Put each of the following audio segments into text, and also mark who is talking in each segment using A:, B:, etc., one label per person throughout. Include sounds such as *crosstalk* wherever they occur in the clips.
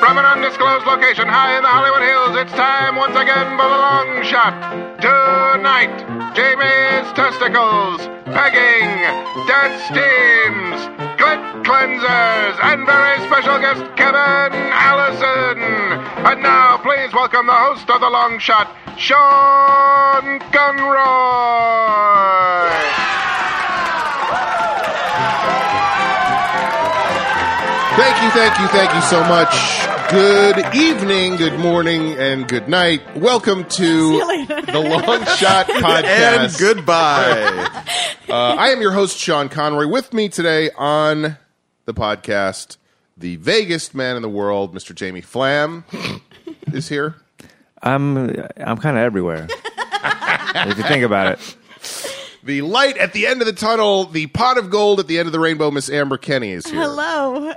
A: from an undisclosed location high in the Hollywood Hills, it's time once again for the long shot. Tonight, Jamie's testicles, pegging, dance teams, glit cleansers, and very special guest Kevin Allison. And now, please welcome the host of the long shot, Sean Gunroy.
B: Thank you, thank you, thank you so much. Good evening, good morning, and good night. Welcome to the Long Shot
C: And
B: Podcast.
C: goodbye.
B: Uh, I am your host, Sean Conroy. With me today on the podcast, the vaguest man in the world, Mr. Jamie Flam, is here.
D: I'm I'm kind of everywhere. if you think about it,
B: The light at the end of the tunnel, the pot of gold at the end of the rainbow, Miss Amber Kenny is here.
E: Hello.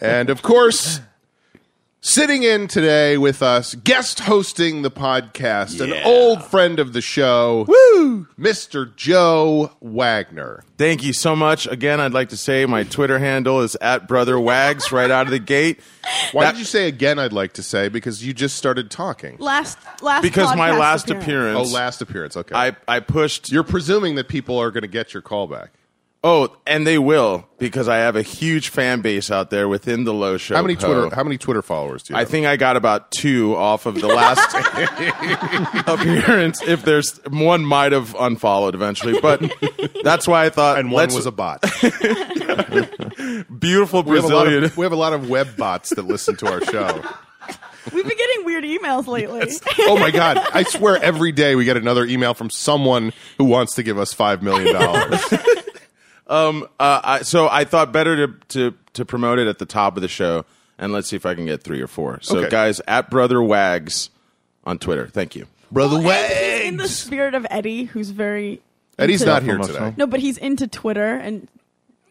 B: And of course, sitting in today with us, guest hosting the podcast, an
C: Yeah.
B: old friend of the show, Woo! Mr. Joe Wagner.
C: Thank you so much. Again, I'd like to say my Twitter handle is at Brother Wags right out of the gate.
B: Why
C: That-
B: did you say again? I'd like to say because you just started talking.
E: Last last
C: Because my
E: podcast
C: last appearance,
B: Oh, last appearance. Okay,
C: I, I pushed.
B: you're presuming that people are going to get your callback.
C: oh, and they will because I have a huge fan base out there within the low show.
B: How many
C: co.
B: Twitter? How many Twitter followers do you?
C: Oh, I
B: have?
C: think I got about two off of the
B: *laughs*
C: last appearance. If there's one, might have unfollowed eventually,
B: *laughs*
C: but that's why I thought.
B: and one
C: let's-
B: was a
C: *laughs*
B: bot.
C: beautiful
B: We have, a lot
C: Brazilian.
B: of, we have a lot of web bots that listen to our
C: *laughs*
B: show.
E: We've been getting weird emails lately. *laughs*
B: Oh my god! I swear, every day we get another email from someone who wants to give us five million dollars.
C: Uh, I, so I thought better to, to to promote it at the top of the show, and let's see if I can get three or four. So,
B: Okay.
C: guys, at Brother Wags on Twitter. Thank you.
B: Brother
E: He's in the spirit of Eddie, who's very
B: Eddie's
E: into-
B: not here
D: Emotional.
B: today.
E: No, but he's into Twitter and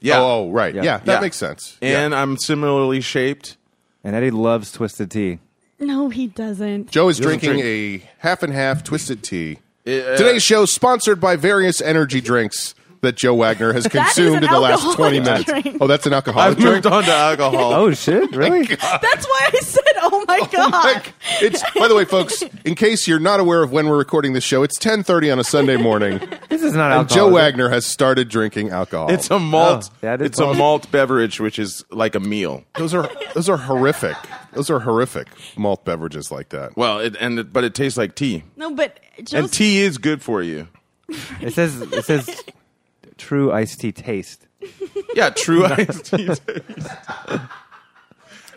C: Yeah.
B: Oh, oh, right. Yeah, that
C: Yeah.
B: makes sense.
C: and
B: yeah.
C: I'm similarly shaped.
D: and Eddie loves twisted tea.
E: no, he doesn't.
B: Joe is
C: doesn't
B: drinking a half and half twisted tea.
C: Uh,
B: Today's show is sponsored by various energy drinks that Joe Wagner
E: *laughs*
B: has
E: is
B: consumed
E: an
B: in the last
E: alcoholic
B: twenty minutes.
E: *laughs* drink.
B: Oh, that's an alcoholic
C: I've
B: drink.
C: moved
B: *laughs*
C: on to alcohol.
D: Oh *laughs* shit! Really?
E: *laughs* That's why I said, "Oh my *laughs* god."
B: *laughs* Like, it's by the way, folks. In case you're not aware of when we're recording this show, it's 10:30 on a Sunday
E: *laughs*
B: morning,
D: This is not
B: and
D: alcohol.
B: Joe
D: is it?
B: Wagner has started drinking alcohol.
C: It's a malt.
D: Oh, that is
C: it's a
D: awesome.
C: malt beverage, which is like a meal.
B: Those are those are horrific. Those are horrific malt beverages like that.
C: Well, it, and it, but it tastes like tea,
E: no, but
C: and
E: Joe's
C: tea is good for you.
D: It says it says true iced tea taste.
C: Yeah,
B: *laughs*
C: true *laughs* iced tea. taste.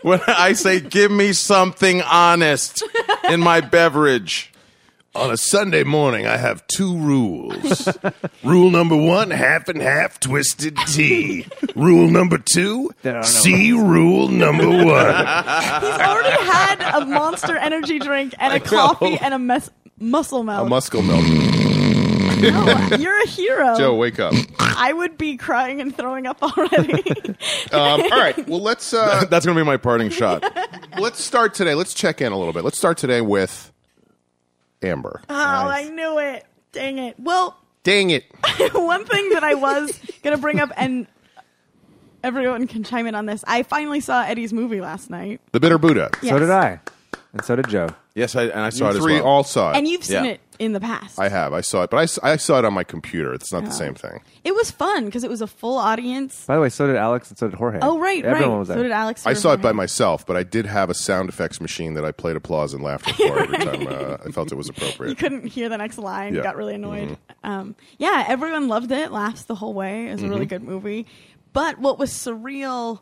C: when I say, "Give me something honest in my beverage."
B: On a Sunday morning, I have two
D: *laughs*
B: rules. Rule number one: half and half twisted
D: *laughs*
B: tea. Rule number two:
D: don't know.
B: see rule number one.
E: he's already had a monster energy drink and a coffee and a mess
B: *laughs*
E: muscle
B: a
E: mouth.
B: muscle milk.
E: No, you're a hero.
B: Joe, wake up.
E: I would be crying and throwing up already. *laughs* Oh,
B: Um, all right. Well, let's *laughs* uh,
C: *laughs* That's gonna be my parting shot.
B: let's start today. Let's check in a little bit. Let's start today with Amber.
E: Oh, I knew it. Dang it. Well,
B: Dang it!
E: *laughs* one thing that I was going to bring up, and everyone can chime in on this. I finally saw Eddie's movie last night.
B: The bitter Buddha.
D: So
E: Yes.
D: did I, and so did Joe.
C: Yes, I, and I saw
B: You
C: it
B: three
C: as well.
B: all saw it.
E: And you've seen
C: Yeah.
E: it in the past.
B: I have. I saw it, but I s- I, saw it on my computer. It's
D: Oh.
B: not the same thing.
E: it was fun because it was a full audience.
D: By the way, so did Alex and so did Jorge.
E: Oh, right,
D: Everyone
E: right.
D: was there.
E: So did Alex.
B: I saw it by
E: Verhoeven.
B: myself, but I did have a sound effects machine that I played applause and laughter for every time uh, I felt it was
E: You *laughs*
B: appropriate.
E: couldn't hear the next line.
B: Yeah. Mm-hmm.
E: Got really annoyed. Um, yeah, everyone loved it. Laughs the whole way. It was a really good movie. But what was surreal,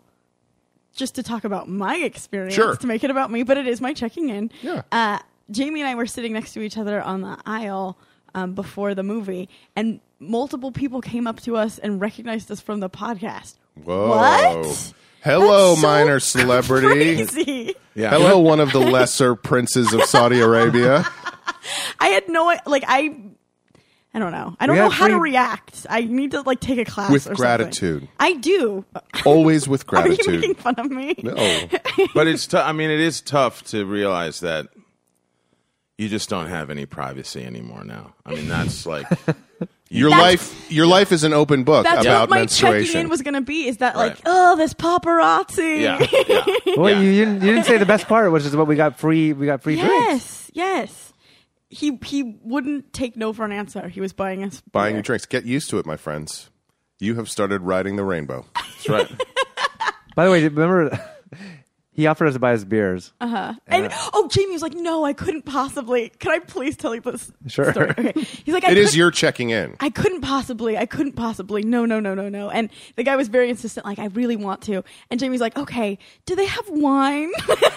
E: just to talk about my experience,
B: Sure.
E: to make it about me, but it is my checking in.
B: Yeah.
E: Uh, Jamie and I were sitting next to each other on the aisle um, before the movie, and multiple people came up to us and recognized us from the podcast.
B: Whoa.
E: What?
B: Hello, Oh,
E: That's so
B: minor
E: *laughs*
B: celebrity.
E: Crazy.
C: Yeah.
B: Hello, one of the lesser princes of Saudi
E: *laughs*
B: Arabia.
E: I had no like I I don't know. I don't
D: We
E: know
D: have
E: how to
D: free-
E: react. I need to like take a class
B: With
E: or something.
B: gratitude.
E: I do. *laughs*
B: Always with
E: Are you
B: gratitude.
E: *laughs* making fun of me?
B: No.
C: But it's. T- I mean, it is tough to realize that you just don't have any privacy anymore now. I mean, that's like
B: Your
E: That's-
B: life, your life is an open book
E: That's
B: about
E: what my checking
B: menstruation.
E: in was going to be. Is that like,
C: Right.
E: oh, this paparazzi? *laughs*
C: Yeah. yeah.
D: Well,
C: Yeah.
D: you, you, didn't, you didn't say the best part, which is what we got free. We got free drinks.
E: yes, yes. He he wouldn't take no for an answer. He was buying us
B: Buying
E: beer.
B: you drinks. Get used to it, my friends. You have started riding the rainbow.
C: That's right.
D: By the way, remember *laughs* he offered us to buy
E: *laughs*
D: us beers.
E: And oh, Jamie was like, "No, I couldn't possibly. Can I please tell you this
D: Sure.
B: *laughs*
E: story?" Okay. He's like, I
B: It is
E: couldn't-
B: your checking in.
E: I couldn't possibly. I couldn't possibly. No, no, no, no, no. And the guy was very insistent. Like, I really want to. And Jamie's like, "Okay, do they have wine?" *laughs*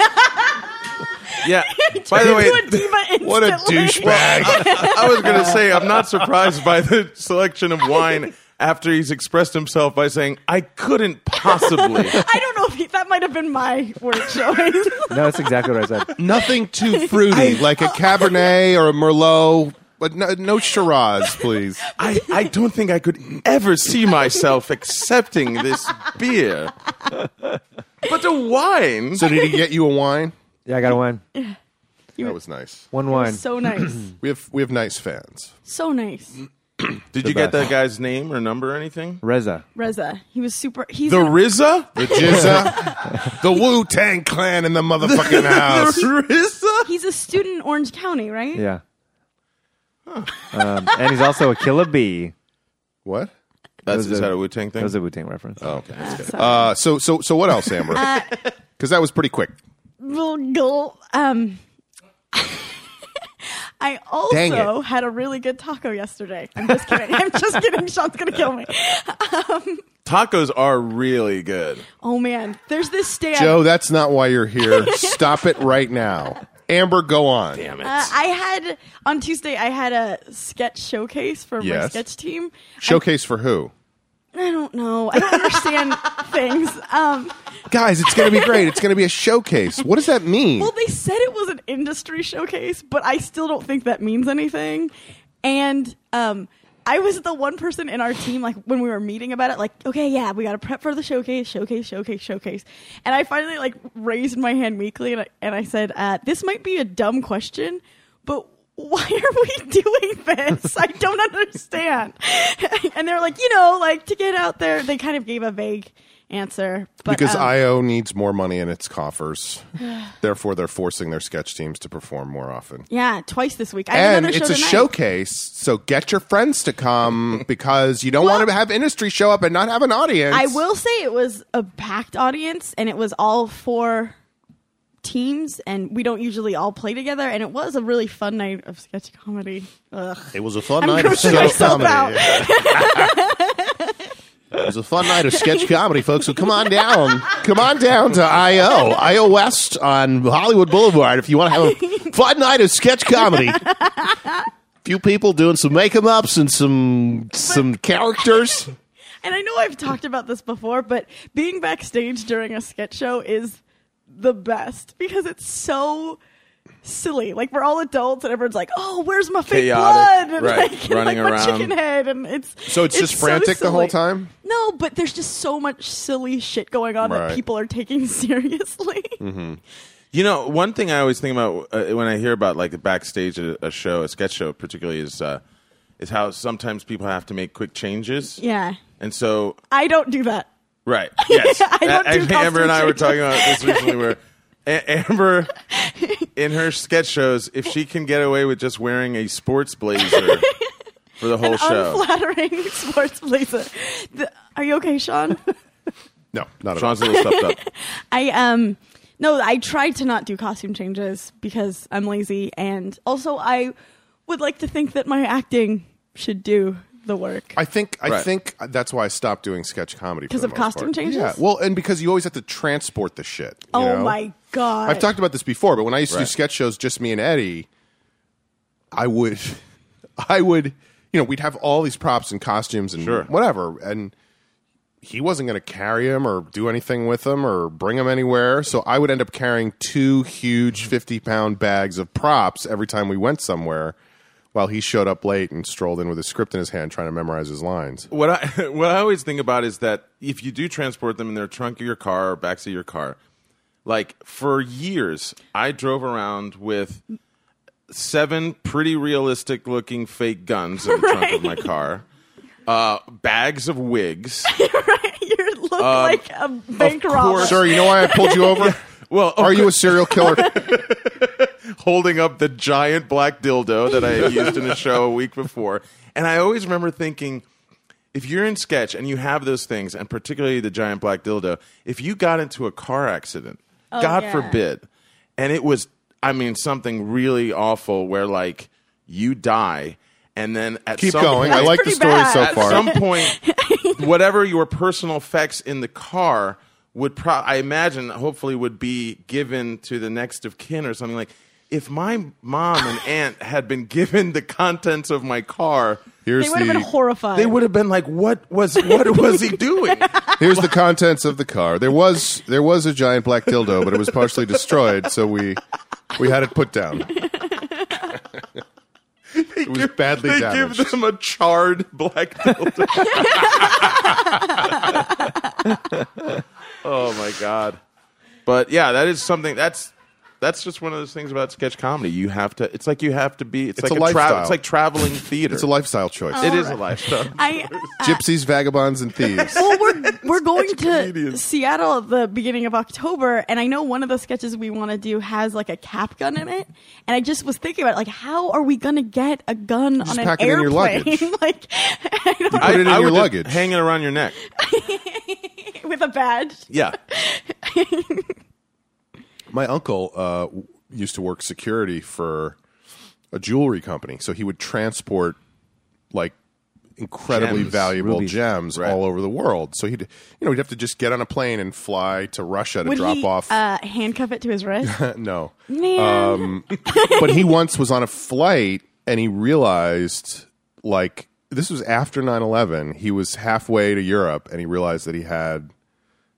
C: Yeah. By the way,
E: To a diva
B: What a
E: instantly.
B: douchebag!
C: *laughs* I was going to say, I'm not surprised by the selection of wine after he's expressed himself by saying, I couldn't possibly.
E: I don't know if he, that might have been my word choice. *laughs*
D: No, that's exactly what I
B: *laughs*
D: said.
B: Nothing too fruity, like a Cabernet or a Merlot, but no, no Shiraz, please.
C: I, I don't think I could ever see myself accepting this beer. But the wine.
B: So did he get you a
C: *laughs*
B: wine?
D: Yeah, I got a wine.
B: That was nice.
D: One wine.
E: so nice,
B: We have we have nice fans.
E: so nice.
C: Did you get that guy's name or number or anything?
D: Reza.
E: Reza, he was super. He's
C: The
E: an-
C: *laughs* Rizza?
B: The Jizza, the Wu Tang Clan in the
C: *laughs*
B: motherfucking house.
C: The Rizza?
E: he's a student in Orange County, right?
D: Yeah. Um, and he's also a killer bee.
B: What?
C: That's
D: Those
C: is
D: are-
C: that a Wu Tang
D: That
C: thing?
D: was a Wu Tang reference.
B: Okay. Uh, so so so what else, Amber?
E: Uh,
B: Because that was pretty quick.
E: Well, no, Um, *laughs* I
B: Dang
E: also
B: it.
E: had a really good taco yesterday. I'm just kidding. I'm just kidding. Sean's gonna kill me.
C: Tacos are really good.
E: Oh man, there's this stand.
B: Joe, that's not why you're
E: *laughs*
B: here. Stop it right now. Amber, go on.
C: Damn it.
E: Uh, I had on Tuesday. I had a sketch showcase for my
B: Yes.
E: sketch team.
B: Showcase for who?
E: I don't know. I don't understand things. Um,
B: Guys, it's going to be great. It's going to be a showcase. What does that mean?
E: well, they said it was an industry showcase, but I still don't think that means anything. And um, I was the one person in our team, like when we were meeting about it, like, okay, yeah, we got to prep for the showcase, showcase, showcase, showcase. And I finally like raised my hand meekly and I, and I said, uh, this might be a dumb question, but why *laughs* are we doing this? I don't understand. *laughs* and they're like, you know, like to get out there. They kind of gave a vague answer. But,
B: because
E: um,
B: IO needs more money in its
E: *sighs*
B: coffers. Therefore, they're forcing their sketch teams to perform more often.
E: Yeah, twice this week. I have
B: And
E: another
B: it's
E: show
B: a
E: tonight.
B: showcase, so get your friends to come because you don't want to have industry show up and not have an audience.
E: I will say it was a packed audience, and it was all four teams, and we don't usually all play together. And it was a really fun night of sketch comedy. Ugh.
B: It was a fun
E: I'm night of grossing sketch myself comedy. out.
B: it *laughs* was a fun night of sketch comedy, folks. So come on down. Come on down to IO, IO West on Hollywood Boulevard if you want to have a fun night of sketch comedy. Few people doing some makeup ups and some some characters.
E: And I know I've talked about this before, but being backstage during a sketch show is the best because it's so silly. Like we're all adults, and everyone's like, "Oh, where's my fake
C: Chaotic,
E: blood?" And
C: right,
E: like, *laughs*
C: running
E: like
C: around.
E: my chicken head, and it's
B: So it's just frantic the
E: silly.
B: whole time?
E: No, but there's just so much silly shit going on
B: Right. Mm-hmm.
E: that people are taking *laughs* seriously.
C: You know, one thing I always think about uh, when I hear about like backstage uh, a, a show, a sketch show, particularly is uh, is how sometimes people have to make quick changes.
E: yeah,
C: And so,
E: I don't do that.
C: right? Yes,
E: *laughs* I don't do
C: Actually, Amber and I
E: costume
C: were talking about this recently, where a-
E: *laughs*
C: Amber, in her sketch shows, if she can get away with just wearing a sports
E: *laughs*
C: blazer for the whole show,
E: Unflattering *laughs* sports blazer. The- are you
B: *laughs*
E: okay, Sean?
B: No, not at all.
C: Sean's a little stuffed up.
E: I um no, I try to not do costume changes because I'm lazy and also I would like to think that my acting should do the work.
B: I think I
C: Right.
B: think that's why I stopped doing sketch comedy for
E: 'Cause
B: the
E: of
B: most
E: costume
B: part.
E: changes?
B: Yeah, well, and because you always have to transport the shit. you
E: oh
B: know?
E: my god.
B: I've
E: *laughs*
B: talked about this before, but when I used to do
C: Right.
B: sketch shows, just me and Eddie, I would, *laughs* I would, you know, we'd have all these props and costumes and
C: Sure.
B: whatever, and he wasn't going to carry them or do anything with them or bring them anywhere. So I would end up carrying two
C: Mm-hmm.
B: huge fifty-pound bags of props every time we went somewhere, while he showed up late and strolled in with his script in his hand, trying to memorize his lines.
C: what I *laughs* what I always think about is that if you do transport them in their trunk of your car or backseat of your car, like for years, I drove around with seven pretty realistic looking fake guns in the trunk of my car. uh, bags of wigs.
E: you look
B: Uh,
E: like a bank robber.
C: course.
B: Sir, you know why I pulled
E: *laughs*
B: you over?
C: Well,
E: Oh,
B: Are you a serial killer?
C: holding up the giant black dildo that I had used in a show a week before. And I always remember thinking, if you're in sketch and you have those things, and particularly the giant black dildo, if you got into a car accident, God
E: yeah.
C: forbid, and it was, I mean, something really awful where like you die, and then at
B: Keep
C: some
B: going. I
C: point-
B: like the
E: pretty
B: story
E: bad.
B: so
C: at
B: far.
C: some point, whatever your personal effects in the car would pro- I imagine hopefully would be given to the next of kin or something like if my mom and aunt had been given the contents of my car
B: Here's
E: They would have been
B: the
E: horrified.
C: they would have been like what was what was he
B: *laughs*
C: doing
B: here's the contents of the car. There was there was a giant black dildo, but it was partially destroyed, so we we had it put down. it was badly
C: they
B: damaged.
C: give them a charred
B: *laughs*
C: black dildo oh my god but yeah that is something that's that's just one of those things about sketch comedy you have to it's like you have to be it's,
B: It's
C: like
B: a
C: a travel
B: lifestyle.
C: it's like traveling theater
B: it's a lifestyle choice.
E: Oh.
C: it is a lifestyle
E: I,
B: Gypsies, vagabonds, and thieves. *laughs*
E: well, we're we're going to
C: comedians.
E: Seattle at the beginning of October, and I know one of the sketches we want to do has like a cap gun in it. And I just was thinking about it, like, how are we gonna get a gun on an
B: pack it in your
E: airplane?
B: luggage.
E: *laughs* like, I
B: *laughs*
E: don't
B: Put it in your
C: would just
B: luggage.
C: hang it around your neck
E: know, *laughs* with a badge.
C: yeah
B: My uncle uh, w- used to work security for a jewelry company, so he would transport like incredibly
C: Gems,
B: valuable
D: rubies.
B: gems
C: Right.
B: all over the world. So he'd you know he'd have to just get on a plane and fly to Russia to
E: Would
B: drop
E: he
B: off.
E: Uh, handcuff it to his wrist?
B: *laughs* no,
E: Man,
B: Um, but he once was on a flight and he realized like this was after 9-11 he was halfway to europe and he realized that he had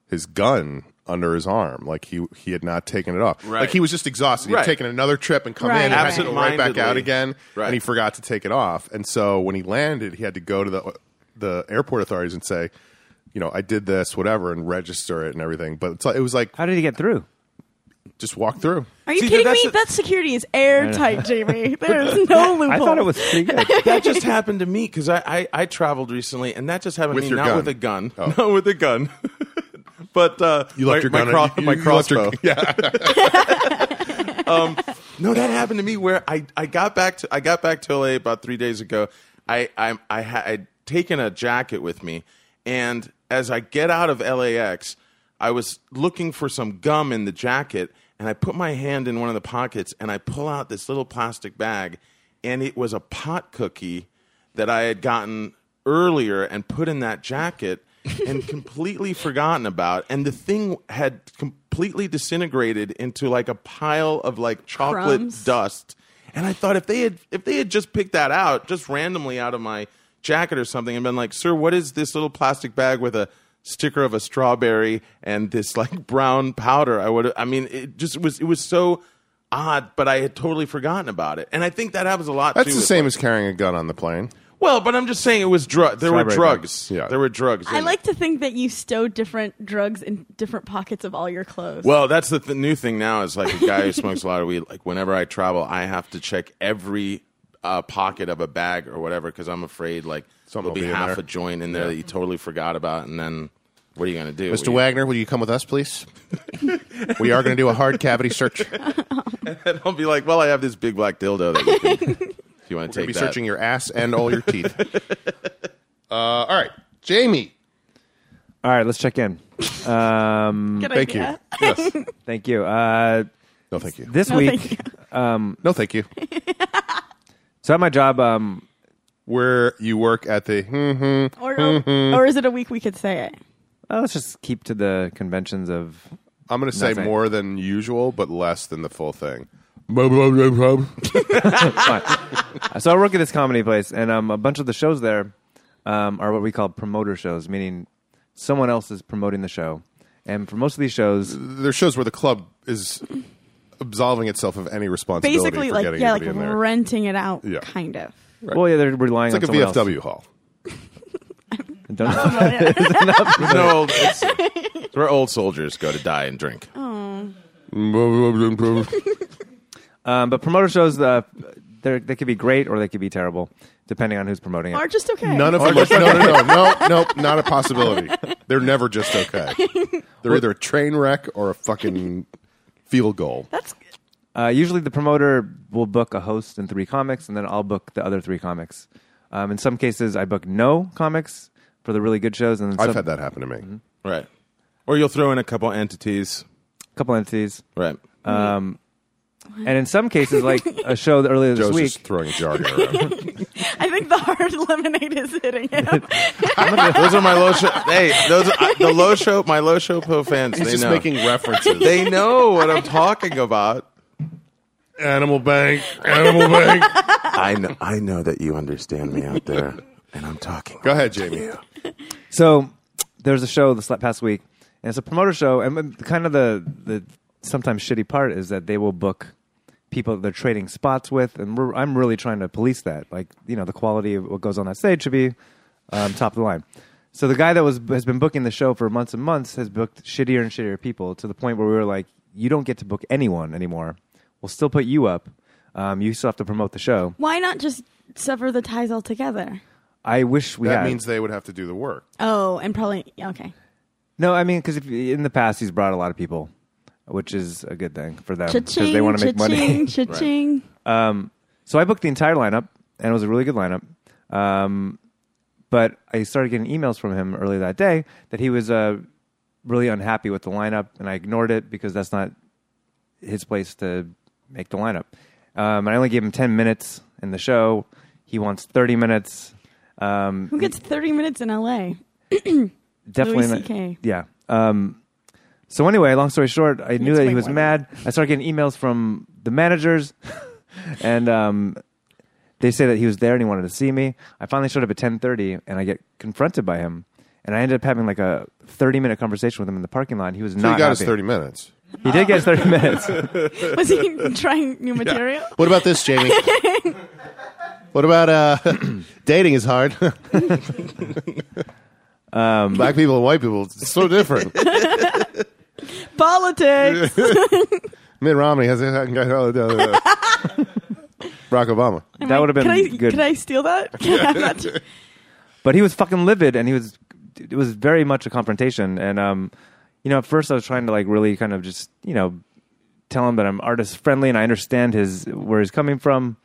B: his gun under his arm like he he had not taken it off
C: Right.
B: like he was just exhausted he'd
C: Right.
B: taken another trip and come
E: Right,
B: in and had to
E: right.
B: go right back out
C: Absentmindedly.
B: again
C: Right.
B: and he forgot to take it off and so when he landed he had to go to the the airport authorities and say you know i did this whatever and register it and everything but it's like- it was like
D: How did he get through?
B: just walk through
E: are you
C: See,
E: kidding
C: that's
E: me?
C: a-
E: that security is
B: *laughs*
E: airtight, Jamie. There's no loophole.
D: I thought it was pretty good.
C: that just happened to me because I, I I traveled recently, and that just happened
B: With
C: to me
B: your
C: not
B: gun.
C: with a gun,
B: Oh.
C: *laughs* not with a gun, but uh,
B: You left your
C: my,
B: gun-
C: my,
B: you-
C: my
B: you left your-
C: crossbow.
B: *laughs*
C: yeah. um, no, that happened to me where I, I got back to I got back to LA about three days ago. I I I had I'd taken a jacket with me, and as I get out of LAX, I was looking for some gum in the jacket, and I put my hand in one of the pockets, and I pull out this little plastic bag, and it was a pot cookie that I had gotten earlier and put in that jacket and completely forgotten about. And the thing had completely disintegrated into like a pile of like chocolate
E: Crumbs.
C: dust. And I thought if they had if they had just picked that out just randomly out of my jacket or something and been like, "Sir, what is this little plastic bag with a sticker of a strawberry and this like brown powder?" I would I mean, it just was it was so odd, but I had totally forgotten about it. And I think that happens a lot
B: that's
C: too
B: the
C: with,
B: same
C: like-
B: as carrying a gun on the plane
C: well, but I'm just saying it was drug. There were
D: Strawberry
C: drugs.
B: Yeah.
C: There were drugs.
E: I
C: in
E: like
C: it.
E: to think that you stow different drugs in different pockets of all your clothes.
C: Well, that's the th- new thing now. Is like a guy who smokes a lot of weed. Like whenever I travel, I have to check every uh, pocket of a bag or whatever because I'm afraid like
B: Something
C: there'll be,
B: will be in
C: half
B: there.
C: a joint in there that you totally forgot about, and then what are you gonna do,
B: Mr.
C: You-
B: Wagner, will you come with us, *laughs* please? we are going to do a hard cavity search. We're going
C: And *laughs* I'll be like, well, I have this big black dildo that
B: *laughs*
C: you can, if you want to
B: to
C: take
B: be
C: that.
B: searching your ass and all your teeth. *laughs* Uh, all right, Jamie.
D: All right, let's check in.
E: Good
B: Thank you.
E: idea. *laughs*
B: Yes.
D: Thank you. Uh,
B: No, thank you.
D: this
E: No, thank you.
D: week,
B: No, thank you.
D: so at my job, um,
B: Where you work at the mhm, *laughs*
E: Or, or is it a week we could say it?
D: uh, let's just keep to the conventions of.
B: I'm going to say
D: Nothing.
B: more than usual, but less than the full thing. Blah, blah, blah, blah.
D: So I work at this comedy place, and um, a bunch of the shows there um, are what we call promoter shows, meaning someone else is promoting the show. And for most of these shows,
B: There are shows where the club is absolving itself of any responsibility
E: Basically,
B: for
E: like
B: getting
E: yeah, like
B: anybody in there.
E: renting it out,
B: Yeah.
E: kind of.
D: well, yeah, they're relying
B: it's like a
D: on someone
B: VFW hall.
D: else.
E: *laughs*
D: Don't-
E: Oh,
C: There's
B: *laughs*
C: no old, it's, it's where old soldiers go to die and drink.
B: Blah, blah, blah, blah.
D: Um, but promoter shows, uh, They're, they could be great or they could be terrible, depending on who's promoting it.
E: Are just okay.
B: None of them. Are, no, no, no, no, no, not a possibility. They're never just okay. They're either a train wreck or a fucking field goal.
E: That's
D: Uh, usually, the promoter will book a host and three comics, and then I'll book the other three comics. Um, in some cases, I book no comics for the really good shows, and then
B: I've
D: some-
B: had that happen to me.
C: Right. Or you'll throw in a couple entities.
D: a couple entities.
C: Right.
D: Um, and in some cases, like a show that earlier this
B: Joe's
D: week,
B: just *laughs* throwing jargon around.
E: I think the hard *laughs* lemonade is
B: *laughs*
E: hitting him.
C: those are my low show. Hey, those are, the low show. My low show po fans.
B: He's
C: they
B: just
C: know.
B: making references.
C: they know what I'm talking about.
B: Animal Bank, Animal Bank.
C: I know. I know that you understand me out there, and I'm talking.
B: Go ahead, Jamie.
D: So there's a show this la- past week, and it's a promoter show. And when- kind of the the sometimes shitty part is that they will book people they're trading spots with, and we're, I'm really trying to police that. Like you know, the quality of what goes on that stage should be um, top of the line. So the guy that was has been booking the show for months and months has booked shittier and shittier people to the point where we were like, you don't get to book anyone anymore. We'll still put you up. Um, you still have to promote the show.
E: Why not just sever the ties altogether?
D: I wish we
B: That
D: had.
B: means they would have to do the work.
E: Oh, and probably okay.
D: No, I mean because in the past he's brought a lot of people, which is a good thing for them because
E: Cha-ching,
D: Um, they want to make
E: cha-ching,
D: money.
E: cha-ching.
D: *laughs* so I booked the entire lineup, and it was a really good lineup. Um, but I started getting emails from him early that day that he was uh, really unhappy with the lineup, and I ignored it because that's not his place to make the lineup. Um, and I only gave him ten minutes in the show. He wants thirty minutes. Um,
E: Who gets 30 minutes in LA?
D: definitely
E: Louis
D: not- *laughs*
E: CK.
D: yeah um so anyway long story short i knew
E: It's
D: that
E: way
D: he was
E: more
D: mad i started getting emails from the managers *laughs* and um they say that he was there and he wanted to see me i finally showed up at 10.30 and i get confronted by him and i ended up having like a 30 minute conversation with him in the parking lot and he was
B: So
D: not
B: he got his
D: happy.
B: thirty minutes.
D: he did get his 30
E: *laughs*
D: *laughs* minutes
E: Was he *laughs* trying new material?
B: What about this, Jamie? what about uh, *clears throat* dating is hard? *laughs* Black people and white people, it's so different.
E: Politics.
B: Mitt Romney has Barack Obama.
D: that would have been
E: Can I,
D: good
E: can I steal
D: *laughs*
E: that? *laughs* Can I have that too?
D: but he was fucking livid and he was it was very much a confrontation and um you know at first i was trying to like really kind of just you know tell him that i'm artist friendly and i understand his where he's coming from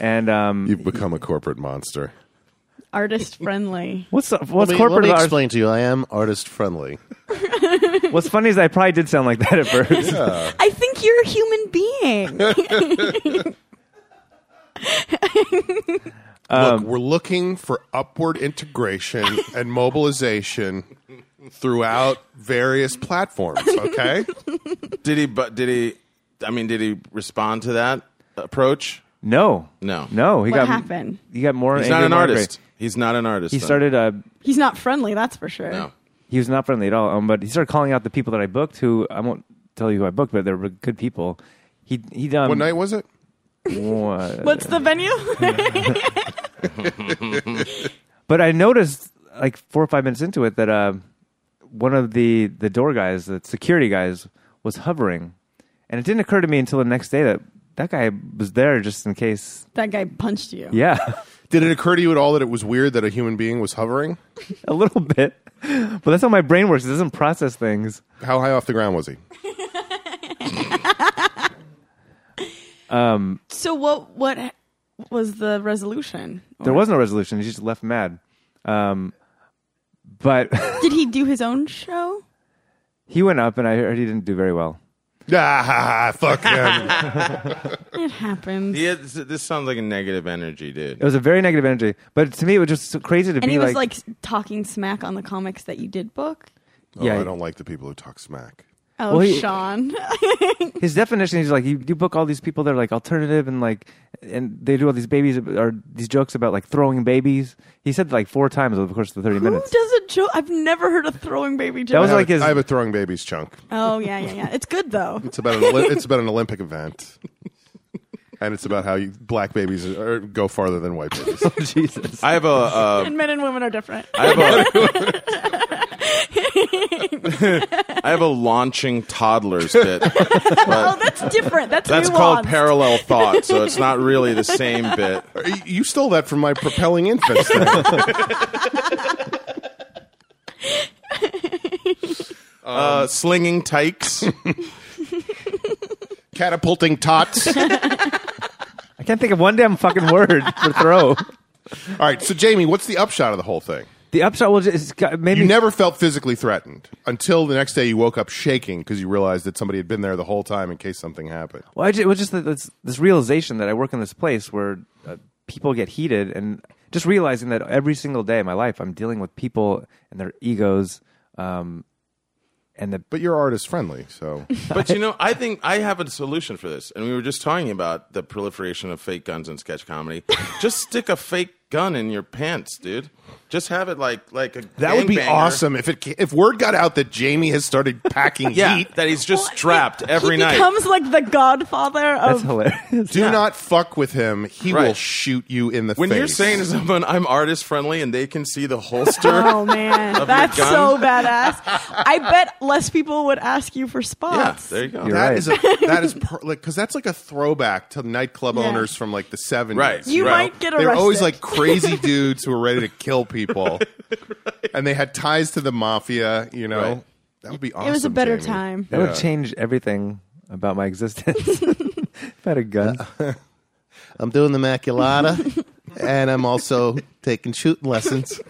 D: and um
B: You've become a corporate monster.
E: Artist friendly.
D: what's what's corporate about art-
B: to you. I am artist friendly.
D: what's funny is i probably did sound like that at
C: *laughs*
D: first
E: I think you're a human *laughs* being.
D: Um,
B: Look, we're looking for upward
D: *laughs*
B: integration and mobilization throughout various platforms.
D: *laughs*
B: Okay,
C: Did he? But did he? I mean, did he respond to that approach?
D: no
C: No.
D: no he
E: What
D: got
E: happened?
D: he got more
C: He's
D: angry,
C: not an
D: more angry.
C: artist. He's not an artist.
D: he
C: then.
D: started uh
E: He's not friendly, that's for sure.
C: No.
D: he was not friendly at all. Um, but he started calling out the people that I booked. Who I won't tell you who I booked, but they were good people. He he um, done.
B: what night was it?
E: What's the venue?
D: But I noticed like four or five minutes into it that uh, one of the the door guys, the security guys, was hovering, and it didn't occur to me until the next day that that guy was there just in case.
E: *laughs* that guy punched you.
D: Yeah,
B: Did it occur to you at all that it was weird that a human being was hovering?
D: *laughs* a little bit. But that's how my brain works. It doesn't process things.
B: How high off the ground was he? *laughs*
E: So what what was the resolution?
D: There was no resolution. He just left mad. Um, but *laughs*
E: Did he do his own show?
D: he went up, and I heard he didn't do very well.
B: Ah, fuck
D: *laughs*
B: him.
E: It happens.
C: He had, this sounds like a negative energy, dude.
D: It was a very negative energy. But to me, it was just so crazy to
E: And
D: be
E: he was like, talking smack on the comics that you did book.
D: Yeah.
B: oh, I don't like the people who talk smack.
E: Oh,
D: Well, he-
E: Sean. *laughs*
D: his definition is like you, you book all these people that are like alternative and like and they do all these babies or these jokes about like throwing babies. He said like four times over the course of the thirty
E: Who
D: *laughs* minutes.
E: does a joke? I've never heard a throwing baby joke.
D: That
B: I
D: was
B: have
D: like
B: a-
D: his-
B: I have a throwing babies chunk.
E: oh yeah, yeah, yeah. It's good though.
B: It's about an Oli- it's about an Olympic event, and it's about how you, black babies are, go farther than white babies.
D: Oh, Jesus,
C: I have a. Uh,
D: *laughs*
E: And men and women are different.
C: I have a. *laughs* I I have a launching toddlers bit.
E: oh, that's different. That's
C: That's
E: nuanced.
C: called parallel thought, so it's not really the same bit.
B: Y- You stole that from my propelling infants. Thing.
C: Uh, slinging tykes.
B: Catapulting tots. All
D: I can't think of one damn fucking word *laughs* for throw.
B: right, so Jamie, what's the upshot of the whole thing?
D: The upshot was it's got, maybe
B: You never felt physically threatened until the next day you woke up shaking because you realized that somebody had been there the whole time in case something happened.
D: Well, I ju- it was just that this, this realization that I work in this place where uh, people get heated, and just realizing that every single day of my life, I'm dealing with people and their egos, um, and the
B: But you're artist friendly, so
C: But you know, I think I have a solution for this. And we were just talking about the proliferation of fake guns in sketch
B: *laughs*
C: comedy. just stick a fake gun in your pants, dude. Just have it like like a
B: that would be
C: gangbanger.
B: awesome if it ca- if word got out that Jamie has started *laughs* packing
C: Yeah,
B: heat.
C: that he's just
E: Well,
C: strapped
E: he-
C: every
E: he
C: night.
E: becomes like the godfather
D: that's
E: of
D: hilarious.
B: Do not fuck with him. He
C: Right.
B: will shoot you in the
C: when
B: face.
C: you're saying to someone, "I'm artist friendly," and they can
B: *laughs*
C: see the holster,
E: Oh man,
C: your
E: that's
C: gun?
E: so badass.
C: *laughs*
E: I bet less people would ask you for
C: yeah,
E: spots.
C: there you go.
D: You're
B: That
D: right.
B: is a, that is per, like because that's like a throwback to nightclub
E: Yeah.
B: owners from like the seventies.
C: Right.
E: you
C: Well,
E: might get
B: they
E: arrested.
B: were always like
E: *laughs*
B: crazy dudes who were ready to kill people,
C: *laughs*
B: and they had ties to the mafia. You know,
C: Right.
B: that would be awesome.
E: it was a better
B: Jamie.
E: time.
D: That would change everything about my existence. *laughs* if I had a gun,
B: Uh, I'm doing the maculata, and I'm also taking shooting lessons.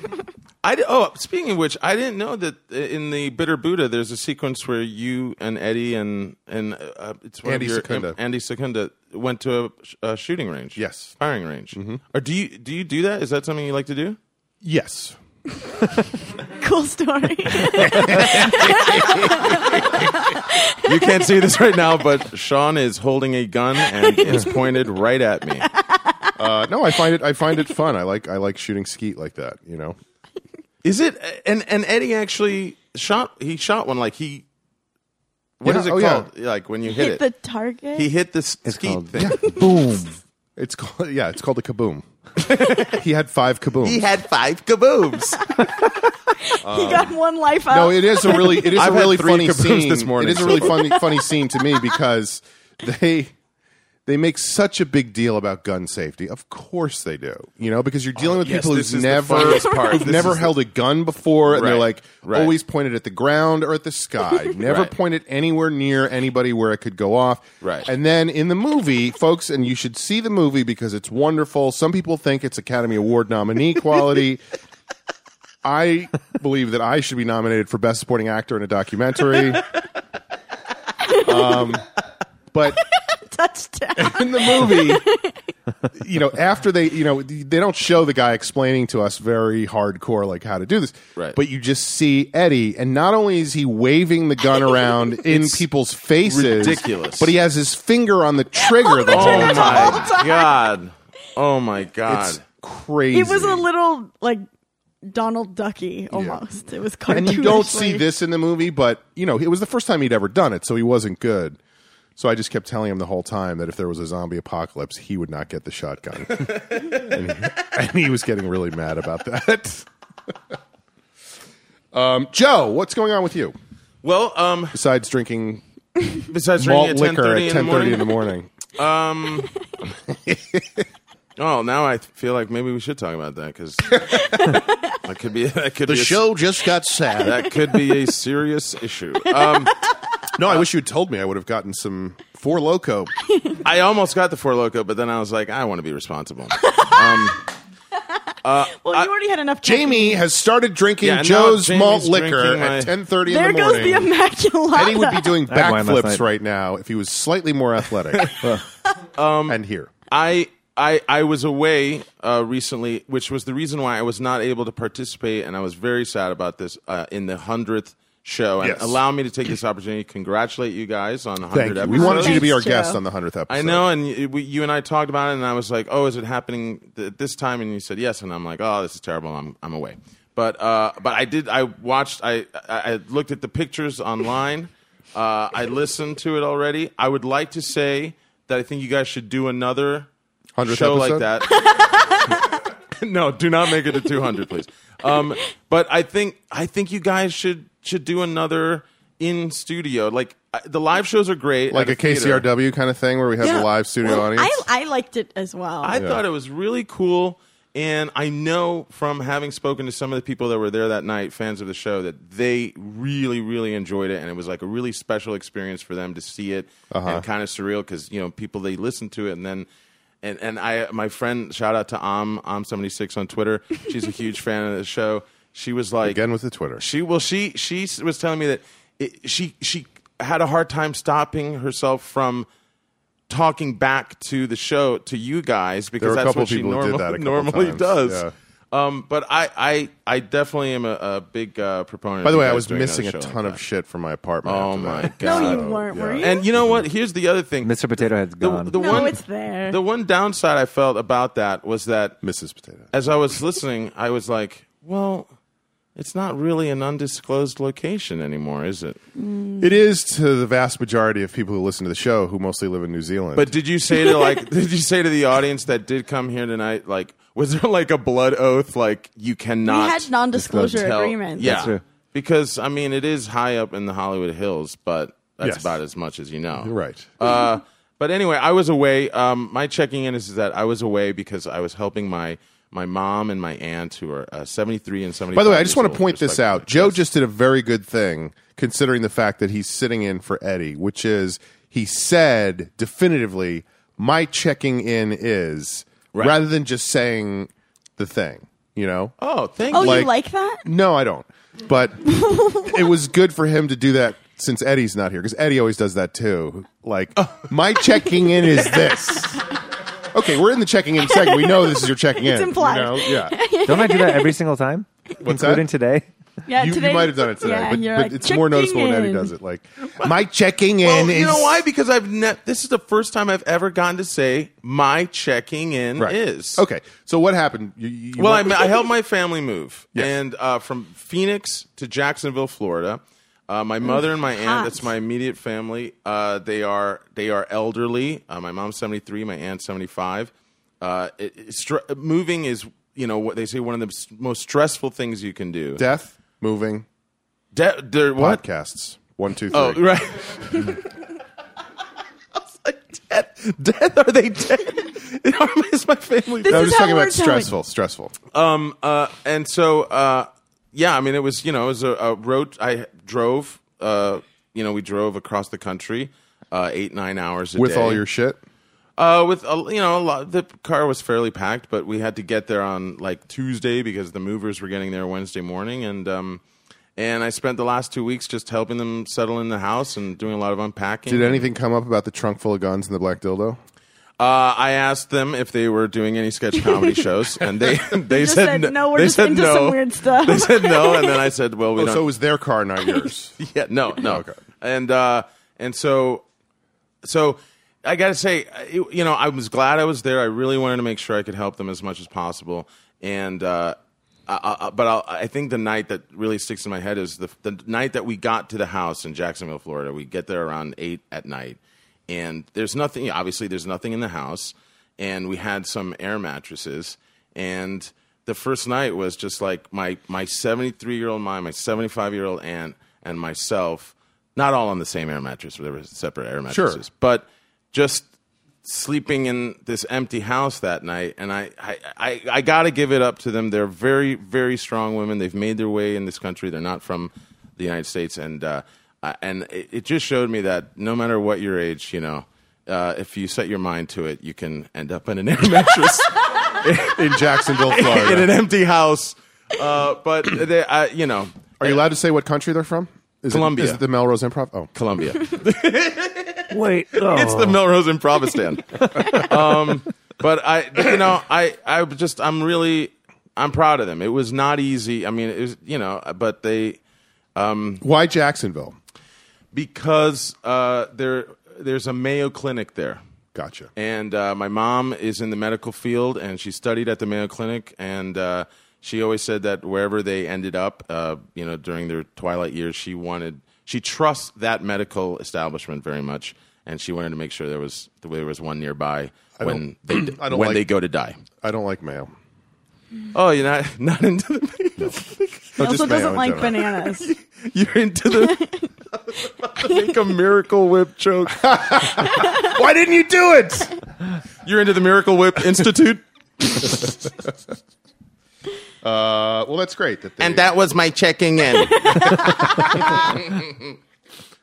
C: I di- oh, speaking of which, I didn't know that uh, in the Bitter Buddha, there's a sequence where you and Eddie and and uh, it's one
B: Andy
C: of your,
B: Secunda.
C: Andy Secunda went to a, sh- a shooting range.
B: Yes. Mm-hmm.
C: firing range. Or do you do you do that? Is that something you like to do?
B: Yes.
E: Cool
C: *laughs*
E: story.
C: You can't see this right now, but Sean is holding a gun and it's pointed right at me.
B: Uh, no, I find it. I find it fun. I like. I like shooting skeet like that. You know.
C: Is it? And and Eddie actually shot. He shot one like he. What
B: Yeah,
C: is it
B: oh, yeah.
C: called? Like when you hit,
E: Hit
C: it,
E: the target.
C: he hit this
D: it's
C: skeet
D: called
B: *laughs*
C: thing.
D: boom.
B: It's called. Yeah, it's called a
C: *laughs*
B: kaboom. he had five kabooms.
C: He had five kabooms.
E: He
C: uh,
E: got one life out.
B: No, it is a really it is a
C: I've had
B: really
C: three
B: funny
C: kabooms
B: scene.
C: this morning,
B: it is a really
C: so-
B: funny funny scene to me because they they make such a big deal about gun safety. Of course they do. You know, because you're dealing with
C: Oh, yes,
B: people
C: this
B: who've
C: is the
B: never
C: funniest part.
B: who've
C: This
B: never
C: is the-
B: held a gun before and they're
C: Right,
B: like
C: right.
B: always pointed at the ground or at the sky.
C: *laughs*
B: Never
C: Right.
B: pointed anywhere near anybody where it could go off.
C: Right.
B: And then in the movie, folks, and you should see the movie because it's wonderful. Some people think it's Academy Award nominee quality. I believe that I should be nominated for Best Supporting Actor in a Documentary. um, but
E: *laughs* touchdown.
B: in the movie,
C: *laughs*
B: you know, after they, you know, they don't show the guy explaining to us very hardcore like how to do this,
C: Right.
B: But you just see Eddie, and not only is he waving the
C: *laughs*
B: gun around in people's faces,
C: ridiculous.
B: but he has his finger on the trigger the
C: Oh
B: whole
C: my
E: the
B: time.
E: whole time.
C: god! Oh my god!
B: It's crazy.
E: It was a little like Donald Ducky almost. It was
B: *laughs*
E: cartoonish.
B: and you don't see this in the movie, but you know it was the first time he'd ever done it, so he wasn't good. So I just kept telling him the whole time that if there was a zombie apocalypse, he would not get the
E: *laughs*
B: shotgun, and, he, and he was getting really mad about that. *laughs* um, Joe, what's going on with you
C: well, um,
B: besides drinking
C: besides
B: malt
C: ringing at
B: liquor
C: 10:30
B: at ten thirty in the morning?
C: Oh, now I feel like maybe we should talk about
B: *laughs*
C: that because that could be that could be a-
B: just got sad.
C: that could be a serious issue. Um,
B: *laughs* No, I wish you had told me. I would have gotten some four *laughs* loco.
C: I almost got the four loco, but then I was like, I want to
B: *laughs*
C: be responsible. Um,
E: Well, you already had enough.
B: Jamie has started drinking
C: Yeah, no,
B: Joe's
C: Jamie's
B: malt liquor
C: drinking my-
B: at ten thirty in
E: There
B: the
E: goes
B: morning.
E: the immaculata.
B: Eddie would be
C: *laughs*
B: doing
D: had wine last
B: backflips
D: night.
B: right now if he was slightly more athletic. Um, and here.
C: I I I was away uh, recently, which was the reason why I was not able to participate, and I was very sad about this uh, in the hundredth show. And
B: Yes.
C: allow me to take this opportunity to congratulate you guys on
B: Thank
C: hundred
B: you.
C: episodes.
B: We wanted you to be our
E: Thanks, Joe.
B: guest on the 100th episode.
C: I know, and you, we, you and I talked about it, and I was like, "Oh, is it happening th- this time?" And you said yes, and I'm like, "Oh, this is terrible. I'm I'm away." But uh, but I did. I watched. I I, I looked at the pictures online. *laughs* Uh, I listened to it already. I would like to say that I think you guys should do another
B: 100th
C: show
B: episode?
C: like that. *laughs* no, do not make it to 200, please. Um, but I think I think you guys should should do another in studio. Like I- the live shows are great,
B: like
C: at
B: a
C: theater.
B: KCRW kind of thing where we have
C: Yeah.
B: a live studio
E: Well,
B: audience.
E: I, I liked it as well.
C: I thought it was really cool. And I know from having spoken to some of the people that were there that night, fans of the show, that they really, really enjoyed it. And it was like a really special experience for them to see it and kind of surreal because, you know, people, they listened to it and then. And, and I, my friend, shout out to Am, Am76 on Twitter. She's a huge fan of the show. She was like,
B: Again with the Twitter.
C: she well, she she s- was telling me that it, she she had a hard time stopping herself from talking back to the show to you guys
B: were
C: because
B: a
C: that's
B: couple
C: what she
B: people who did
C: normal,
B: that a couple
C: normally
B: times,
C: does.
B: yeah.
C: Um, but I, I I definitely am a, a big uh, proponent.
B: By
C: of
B: the
C: you
B: way, I
C: guys
B: was
C: doing another
B: missing a
C: show
B: ton
C: like
B: of shit from my apartment.
C: Oh
B: after
C: my
B: that.
C: God.
E: no, you
C: So,
E: weren't, were
B: yeah.
E: you?
C: that. And you know what? Here's the other thing.
D: Mr. Potato Head's
C: the,
D: gone.
C: the
E: no,
C: one
E: it's there.
C: the one downside I felt about that was that
B: Mrs. Potato.
C: as I was listening, I was like, well, it's not really an undisclosed location anymore, is it?
B: It is to the vast majority of people who listen to the show who mostly live in New Zealand.
C: But did you say to like *laughs* did you say to the audience that did come here tonight like was there like a blood oath like you
E: we
C: cannot
E: had non-disclosure
C: tell-
E: agreements.
C: Yeah.
D: That's true.
C: Because I mean it is high up in the Hollywood Hills, but that's
B: Yes.
C: about as much as you know.
B: You're right.
C: Uh, but anyway, I was away. Um, my checking in is, is that I was away because I was helping my my mom and my aunt who are uh, 73 and 75.
B: By the way, I just
C: years
B: want
C: old,
B: to point this out.
C: respectively.
B: Joe just did a very good thing considering the fact that he's sitting in for Eddie, which is he said definitively, my checking in is,
C: Right.
B: rather than just saying the thing, you know?
C: Oh, thank
E: Oh,
C: you.
B: Like-
E: you like that?
B: *laughs* No, I don't. But it was good for him to do that since Eddie's not here because Eddie always does that too. Like, my checking in is this. Okay, we're in the checking in segment. We know this is your checking in.
E: It's implied.
B: You know? Yeah.
D: Don't I do that every single time?
B: *laughs* What's
D: including
B: that? *laughs*
D: today.
E: *laughs* Yeah,
B: You, you
E: today,
B: might have done it today,
E: Yeah,
B: but,
E: you're
B: but
E: like,
B: it's more noticeable when Eddie
E: "Checking
B: does
E: in."
B: it. Like, my checking in
C: Well,
B: is.
C: Oh, you know why? Because I've ne- this is the first time I've ever gotten to say my checking
B: *laughs*
C: in
B: Right.
C: is.
B: Okay, so what happened? You, you, you
C: Well, I,
B: went-
C: ma- I helped my family move,
B: Yes.
C: and uh, from Phoenix to Jacksonville, Florida. Uh, my mother and my
E: hot.
C: aunt—that's my immediate family. Uh, they are they are elderly. Uh, my mom's seventy-three, my aunt's seventy-five. Uh, it, it's str- moving is you know what they say one of the s- most stressful things you can
B: *laughs*
C: do.
B: death, moving,
C: De- de- what?
B: podcasts. One, two, three.
C: Oh, *laughs* right. I was like, dead. Dead? *laughs* Are they dead? Is my family
E: This
B: No, I'm
E: is
B: just
E: how
B: talking
E: we're
B: about
E: doing.
B: stressful. Stressful.
C: Um, uh, and so, uh, yeah, I mean, it was, you know, it was a, a road. I drove, uh, you know, we drove across the country, uh, eight, nine hours a
B: With
C: day.
B: all your shit.
C: uh, with, a, you know, a lot, the car was fairly packed, but we had to get there on like Tuesday because the movers were getting there Wednesday morning. And, um, and I spent the last two weeks just helping them settle in the house and doing a lot of unpacking.
B: Did anything come up about the trunk full of guns and the black dildo?
C: Uh, I asked them if they were doing any sketch
E: *laughs*
C: comedy shows, and they they
E: just
C: said,
E: said,
C: no.
E: "No, we're
C: they
E: just
C: said
E: into
C: no.
E: some weird stuff."
C: They *laughs* said no, and then I said, "Well, we
B: Oh,
C: don't."
B: so it was their car,
C: *laughs*
B: not yours.
C: yeah, no, no.
B: Okay.
C: And uh, and so so I got to say, I- you know, I was glad I was there. I really wanted to make sure I could help them as much as possible. And uh, I, I, but I'll, I think the night that really sticks in my head is the the night that we got to the house in Jacksonville, Florida. We get there around eight at night, and there's nothing. Obviously, there's nothing in the house, and we had some air mattresses and. The first night was just like my my 73 year old mom, my 75 year old aunt, and myself. Not all on the same air mattress. There were separate air mattresses, but just sleeping in this empty house that night and I, I, I, I gotta give it up to them they're very very strong women they've made their way in this country they're not from the united states and uh, I- and it, it just showed me that no matter what your age you know uh, if you set your mind to it you can end up in an *laughs* air mattress
B: In Jacksonville,
C: in *laughs* an
B: Florida.
C: empty house uh, but they, I, you know
B: Are you allowed to say what country they're from? Is it-
C: Colombia.
B: is it the Melrose Improv? Oh.
C: colombia
D: Wait, oh.
C: it's the Melrose and Provistand. um, but I, you know, I, I just, I'm really, I'm proud of them. It was not easy. I mean, it was, you know, but they,
B: Why Jacksonville?
C: because uh, there, there's a Mayo Clinic there.
B: Gotcha.
C: And uh, my mom is in the medical field, and she studied at the Mayo Clinic. And uh, she always said that wherever they ended up, uh, you know, during their twilight years, she wanted she trusts that medical establishment very much, and she wanted to make sure there was there was one nearby when they d-
B: *clears throat* I don't
C: when
B: like-
C: they go to die.
B: I don't like mayo.
C: Oh, you're not *laughs* not into the *laughs*
E: He also
B: just mayo
E: doesn't
B: in
E: like
B: general.
E: bananas.
C: you're into the *laughs* Make a miracle whip joke.
B: Why didn't you do it?
C: You're into the Miracle Whip Institute?
B: Uh, well, that's great. That they,
C: that was my checking in.
B: uh,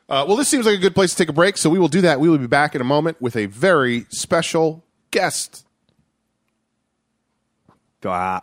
B: well, this seems like a good place to take a break, so we will do that. We will be back in a moment with a very special guest.
D: Ah.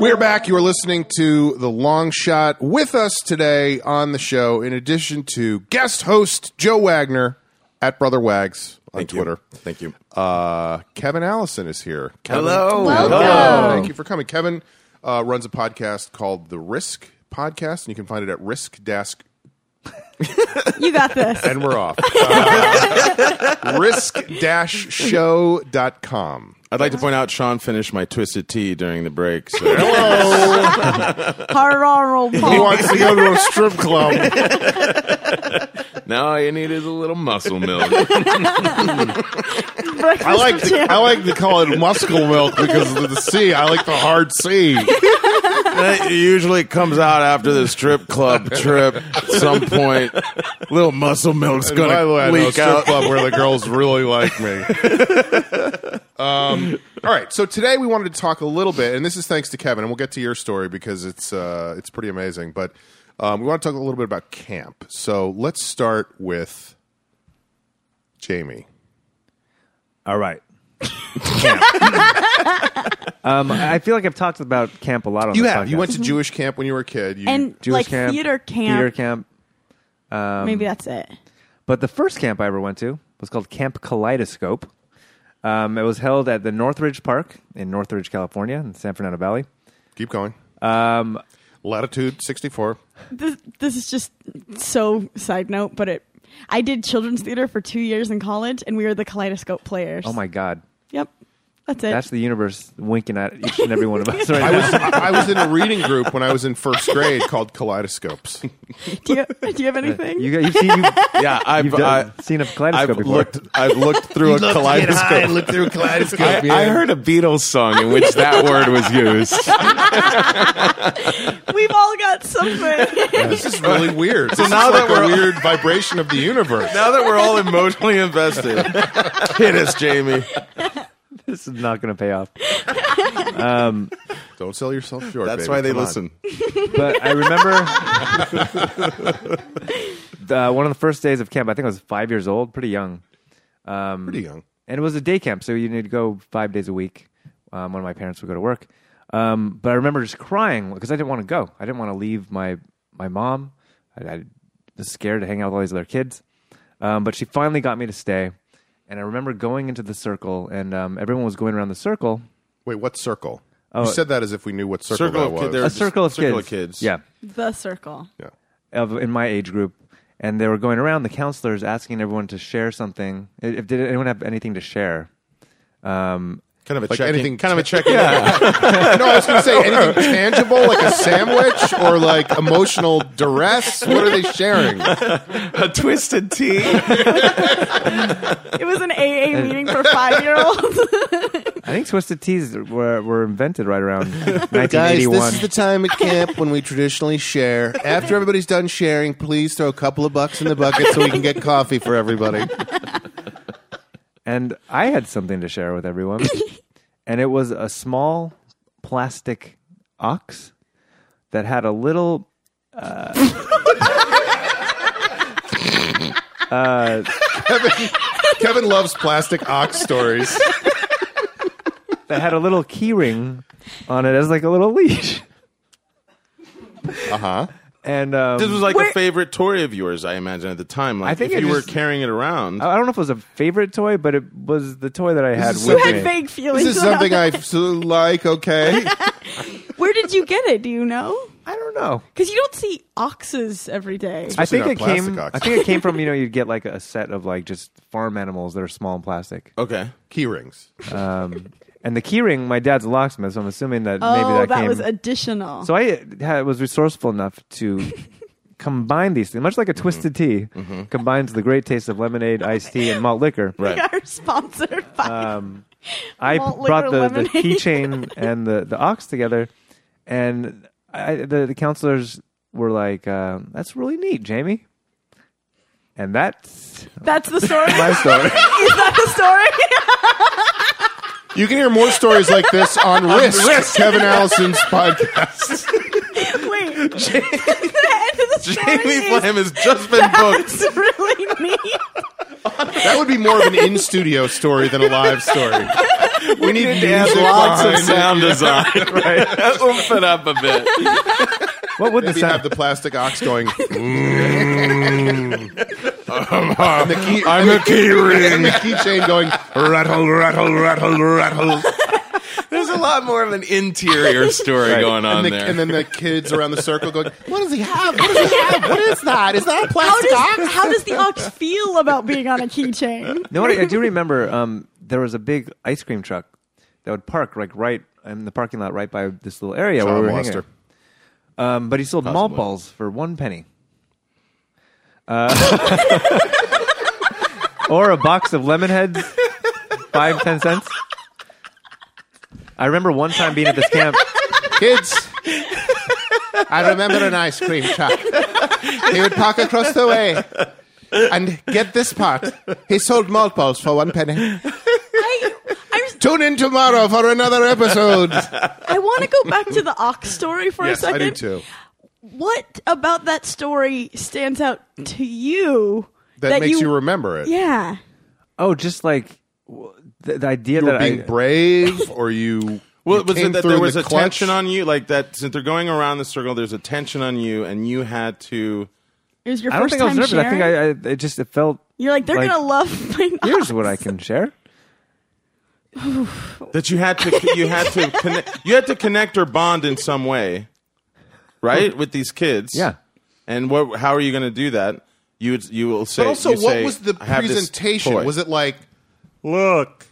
B: We're back. You are listening to The Long Shot with us today on the show, in addition to guest host Joe Wagner at Brother Wags on Twitter.
C: Thank you.
B: Uh, Kevin Allison is here. Kevin,
C: Hello.
E: Welcome.
B: Thank you for coming. Kevin uh, runs a podcast called The Risk Podcast, and you can find it at risk Desk.
E: You got
B: *laughs*
E: this.
B: And we're off. Uh, risk-show.com.
C: I'd like to point out Sean finished my Twisted Tea during the break. *laughs* So.
E: Hard on roll,
B: He
E: Paul.
B: wants to go to a strip club.
C: now all you need is a little muscle milk.
E: Breakfast
B: I like
E: with
B: to,
E: champ.
B: I like to call it muscle milk because of the C. I like the hard C.
C: *laughs* that usually comes out after the strip club trip at some point. little muscle milk's
B: And by the way, I
C: going to
B: know a strip
C: leak out.
B: club where the girls really like me. um, all right, so today we wanted to talk a little bit, and this is thanks to Kevin, and we'll get to your story because it's uh, it's pretty amazing. But um, we want to talk a little bit about camp. So let's start with Jamie.
D: All right.
E: *laughs*
D: Camp. um, I feel like I've talked about camp a lot on
B: You
D: this
B: have you
D: podcast.
B: went to Jewish camp when you were a kid. You,
E: and
D: Jewish
E: like
D: camp,
E: theater camp.
D: Theater camp.
E: Maybe that's it.
D: But the first camp I ever went to was called Camp Kaleidoscope. Um, it was held at the Northridge Park in Northridge, California, in San Fernando Valley.
B: keep going. Um, Latitude sixty four.
E: This, this is just so side note, but it. I did children's theater for two years in college, and we were the kaleidoscope players.
D: Oh my God,
E: Yep, that's it.
D: that's the universe winking at each and every one
C: *laughs*
D: of us right
B: I
D: now.
B: was I was in a reading group when I was in first grade called Kaleidoscopes.
E: do, you, *laughs* do you have anything?
D: Uh, You, got- you've seen, you've,
C: Yeah, *laughs* I've,
D: you've done,
C: I,
D: seen a kaleidoscope
C: I've
D: before.
C: looked. I've looked *laughs* through a kaleidoscope.
B: looked through a kaleidoscope.
C: I, I heard a Beatles song in which that word was used.
E: We've all got
D: *laughs*
E: something. *laughs*
B: This is really weird. This
C: now
B: is like
C: that
B: a
C: we're-
B: weird vibration of the universe.
C: *laughs* Now that we're all emotionally invested, hit us, Jamie.
D: this is not going to pay off.
B: Don't sell yourself short.
C: That's
B: baby.
C: why they
B: Come on.
C: listen.
D: But I
C: *laughs*
D: remember *laughs* the, one of the first days of camp. I think I was five years old, pretty young.
B: Pretty young.
D: and it was a day camp, so you need to go five days a week um, when my parents would go to work. Um, but I remember just crying because I didn't want to go. I didn't want to leave my my mom. I, I was scared to hang out with all these other kids. Um, but she finally got me to stay, and I remember going into the circle, and um, everyone was going around the circle.
B: Wait, what circle? you said that as if we knew what circle,
C: Circle
B: that
C: of
B: was.
C: kid- there-
D: A
C: Just
D: circle of
C: circle
D: kids.
C: of kids.
D: Yeah,
E: the circle.
B: yeah.
D: of in my age group, and they were going around the counselors asking everyone to share something. If did anyone have anything to share?
C: Kind of a
B: Like
C: check-in.
B: anything-
C: Kind of
B: *laughs*
C: a check-in. Yeah.
B: No, I was going to say anything tangible, like a sandwich or like emotional duress. What are they sharing?
C: a twisted tea.
E: It was an
D: *laughs*
E: AA meeting for five year *laughs* olds.
D: I think twisted teas were, were invented right
B: *laughs*
D: around 1981.
B: time at camp when we traditionally share. After everybody's done sharing, please throw a couple of bucks in the bucket so we can get coffee for everybody.
D: and I had something to share with
B: *coughs*
D: everyone, and it was a small plastic ox that had a little.
B: Kevin loves plastic ox stories.
D: That had a little key ring on it as like a little leash,
B: Uh huh.
C: Uh-huh.
D: and um,
C: This was like
E: Where-
C: a favorite toy of yours, I imagine, at the time. Like,
D: I think
C: if
D: I
C: you
D: just- Oh.
C: were carrying it around.
D: I don't know if it was a favorite toy, but it was the toy that I had
B: is
D: with
E: You had
D: me.
E: vague feelings.
B: This is
E: about
B: something
E: it.
B: I f- like, okay?
E: Where did you get it? Do you know?
D: I don't know.
E: Because you don't see oxes every day.
D: I
B: Especially
D: think it
B: not plastic
D: came.
B: ox.
D: I think it came from you know you'd get like a set of like just farm animals that are small and plastic.
C: Okay.
B: Key rings.
D: Um, and the keyring, my dad's a locksmith, so I'm assuming that
E: oh,
D: maybe that,
E: that,
D: came.
E: was additional.
D: so I had, was resourceful enough
E: *laughs*
D: to combine these things, much like a
B: Mm-hmm.
D: twisted tea combines the great taste of lemonade, iced tea, and malt liquor.
E: *laughs* we are sponsored by.
D: Um, I
E: Malt
D: brought the,
E: liquor
D: the
E: lemonade. *laughs*
D: keychain and the, the ox together, and I, the, the counselors were like, uh, "That's really neat, Jamie." And that's
E: That's the story.
D: *laughs*
B: *laughs*
D: my story.
E: *laughs* Is that the
D: *laughs*
E: story?
B: You can hear more stories like this on Risk, Kevin Allison's podcast. *laughs*
E: Wait. the end of the story
C: *laughs* Jamie
E: is
C: Flam has just been booked.
E: that's really
B: *laughs*
E: neat.
B: That would be more of an in studio story than a live
C: *laughs*
B: story. We need music
C: Lots of
B: behind
C: sound
B: it.
C: design. *laughs* Oomph it up a bit.
D: What would the
B: Maybe have
D: sound?
B: the plastic ox going.
C: *laughs*
B: "Mm." and the key,
C: I'm
B: and
C: a key
B: and the keychain going.
A: Rattle, rattle, rattle, rattle.
C: There's a lot more of an interior story
D: Right.
C: going on
B: And, the,
C: there.
B: and then the kids around the circle going, "What does he have? Oh, What does he have? What is that? Is that a
E: How
B: plastic
E: does,
B: ox?"
E: how does the ox feel about being on a keychain?
B: *laughs*
D: No, I, I
E: *laughs*
D: do remember um, there was a big ice cream truck that would park like right in the parking lot, right by this little area where
B: Child
D: we were
B: molester.
D: hanging. Um, but he sold malt
C: Possibly.
D: balls for one penny. Uh, *laughs* or a box of lemon heads, five, ten cents. I remember one time being at this camp.
B: Kids, I remember an ice cream truck. He would park across the way. And get this part. He sold malt balls for one penny.
E: I, I'm,
B: Tune in tomorrow for another episode.
E: I want to go back to the ox story for a second. What about that story stands out to you?
B: That, makes you, remember it.
E: Yeah.
D: Oh, just like w- the, the idea
B: You were
D: that
B: being
D: I,
B: brave, or *laughs* you.
C: Well,
B: you
C: was
B: came
C: it that
B: through
C: there
B: in
C: was
B: the
C: a
B: clutch?
C: tension on you, like that? Since they're going around the circle, there's a tension on you, and you had to.
E: It was your
D: I don't
E: first
D: think I was
E: time
D: nervous.
E: sharing.
D: I think I, I it just it felt
E: You're like, they're
D: like,
E: going to love my
D: *laughs* here's
E: ox.
D: what I
E: *laughs*
D: can share.
C: That you had to. You had to. connect, you had to connect or bond in some way, right? With these kids.
D: Yeah.
C: And what? How are you going to do that? You would. You will say.
B: But also,
C: you
B: what
C: say,
B: was the
C: "I have this
B: presentation?
C: toy."
B: Was it like, look,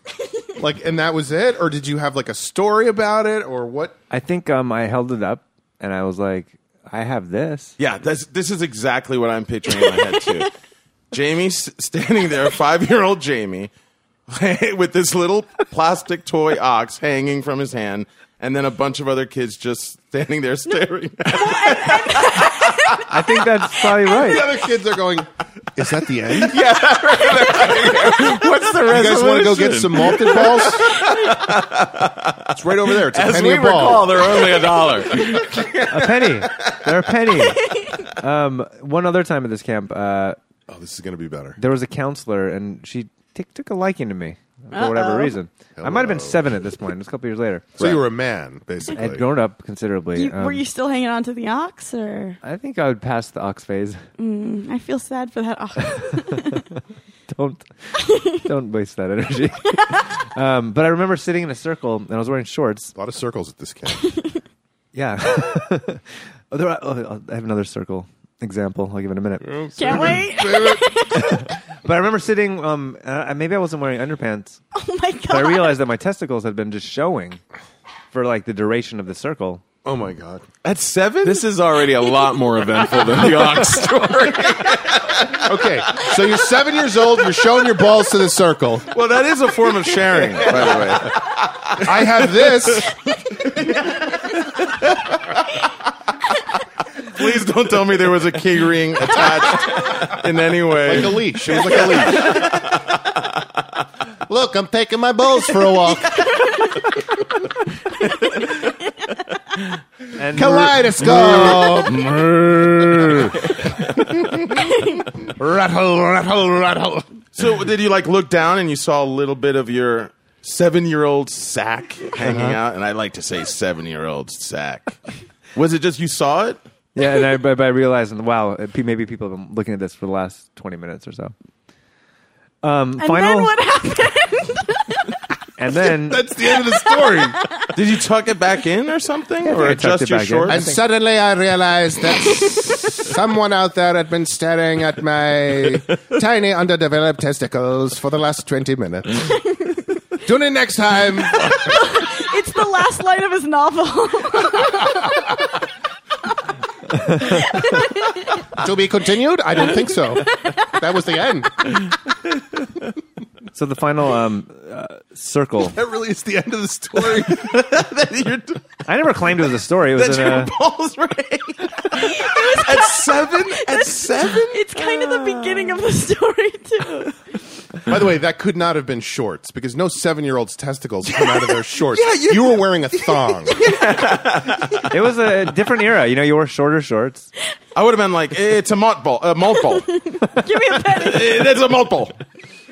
B: like, and that was it, or did you have like a story about it, or what?
D: I think um, I held it up and I was like, I have this.
C: Yeah, that's, this is exactly what I'm picturing in my head too. Jamie s- standing there, five year old Jamie, *laughs* with this little plastic toy ox hanging from his hand, and then a bunch of other kids just standing there staring.
D: I think
E: *laughs*
D: that's probably
B: The
D: right.
B: other kids are going, is that the end?
C: What's the
B: You
C: resolution?
B: guys want to go get some malted *laughs* balls? it's right over there. It's a
C: As
B: penny
C: we
B: a ball.
C: recall, they're only a dollar.
D: A penny. They're
E: *laughs*
D: a penny. Um, one other time at this camp, uh,
B: oh, this is gonna be better.
D: there was a counselor and she t- took a liking to me for whatever reason. I might have been
B: Hello.
D: seven at this point. It was a couple years later.
B: So you were a man, basically.
D: I had grown up considerably.
E: You, were
D: Um,
E: you still hanging on to the ox, or
D: I think I would pass the
E: *laughs*
D: ox phase.
E: I feel sad for
D: *laughs*
E: that ox?
D: don't don't waste
E: *laughs*
D: that energy. um, but I remember sitting in a circle and I was wearing shorts
B: a lot of circles at this camp.
D: Yeah. *laughs* oh, there are, oh, I have another circle example. I'll give it a minute.
E: Can't wait!
D: But I remember sitting. Um, uh, maybe I wasn't wearing underpants,
E: *laughs* Oh my
D: but
E: god!
D: I realized that my testicles had been just showing for like the duration of the circle.
B: oh my god!
C: At seven? This is already a lot more eventful than the ox *laughs* story.
B: *laughs* Okay, so you're seven years old. You're showing your balls to the circle.
C: Well, that is a form of sharing, by the way.
B: I have this.
C: Please don't tell me there was a key ring attached in any way.
B: Like a leash. It was like a leash. Look, I'm taking my balls for a walk.
D: And
B: Kaleidoscope.
A: Rattle, rattle, rattle.
C: So did you like look down and you saw a little bit of your seven-year-old sack hanging
B: Uh-huh.
C: out? And I like to say seven-year-old sack. Was it just you saw it?
D: *laughs* yeah, and I, but I realized, wow, it- pe- maybe people have been looking at this for the last twenty minutes or so. Um,
E: And *laughs*
D: final.
E: then what happened?
D: and then
B: That's the end of the story.
C: Did you tuck it back in or something,
D: I
C: or
D: tucked
C: adjust
D: it
C: your
D: back in.
C: shorts?
D: I
B: and suddenly I realized that *laughs* someone out there had been staring at my tiny underdeveloped testicles for the last 20 minutes. Tune in next time.
E: It's the last line of his novel. *laughs*
B: to be continued? I don't think so. That was the end.
D: so the final um, uh, circle.
B: That really is the end of the *laughs* story.
D: I never claimed it was a story. It was in a,
C: balls ring. at seven? At seven?
E: it's kind of the beginning of the story too.
B: By the way, that could not have been shorts because no seven-year-old's testicles come out of *laughs* their shorts.
C: Yeah,
B: you,
C: you-
B: were wearing a *laughs* thong.
D: it was a different era. You know, you wore shorter shorts.
C: I would have been like, "Eh, it's a malt ball. A malt
B: *laughs*
C: ball.
E: Give me a penny.
C: Eh, That's a malt ball.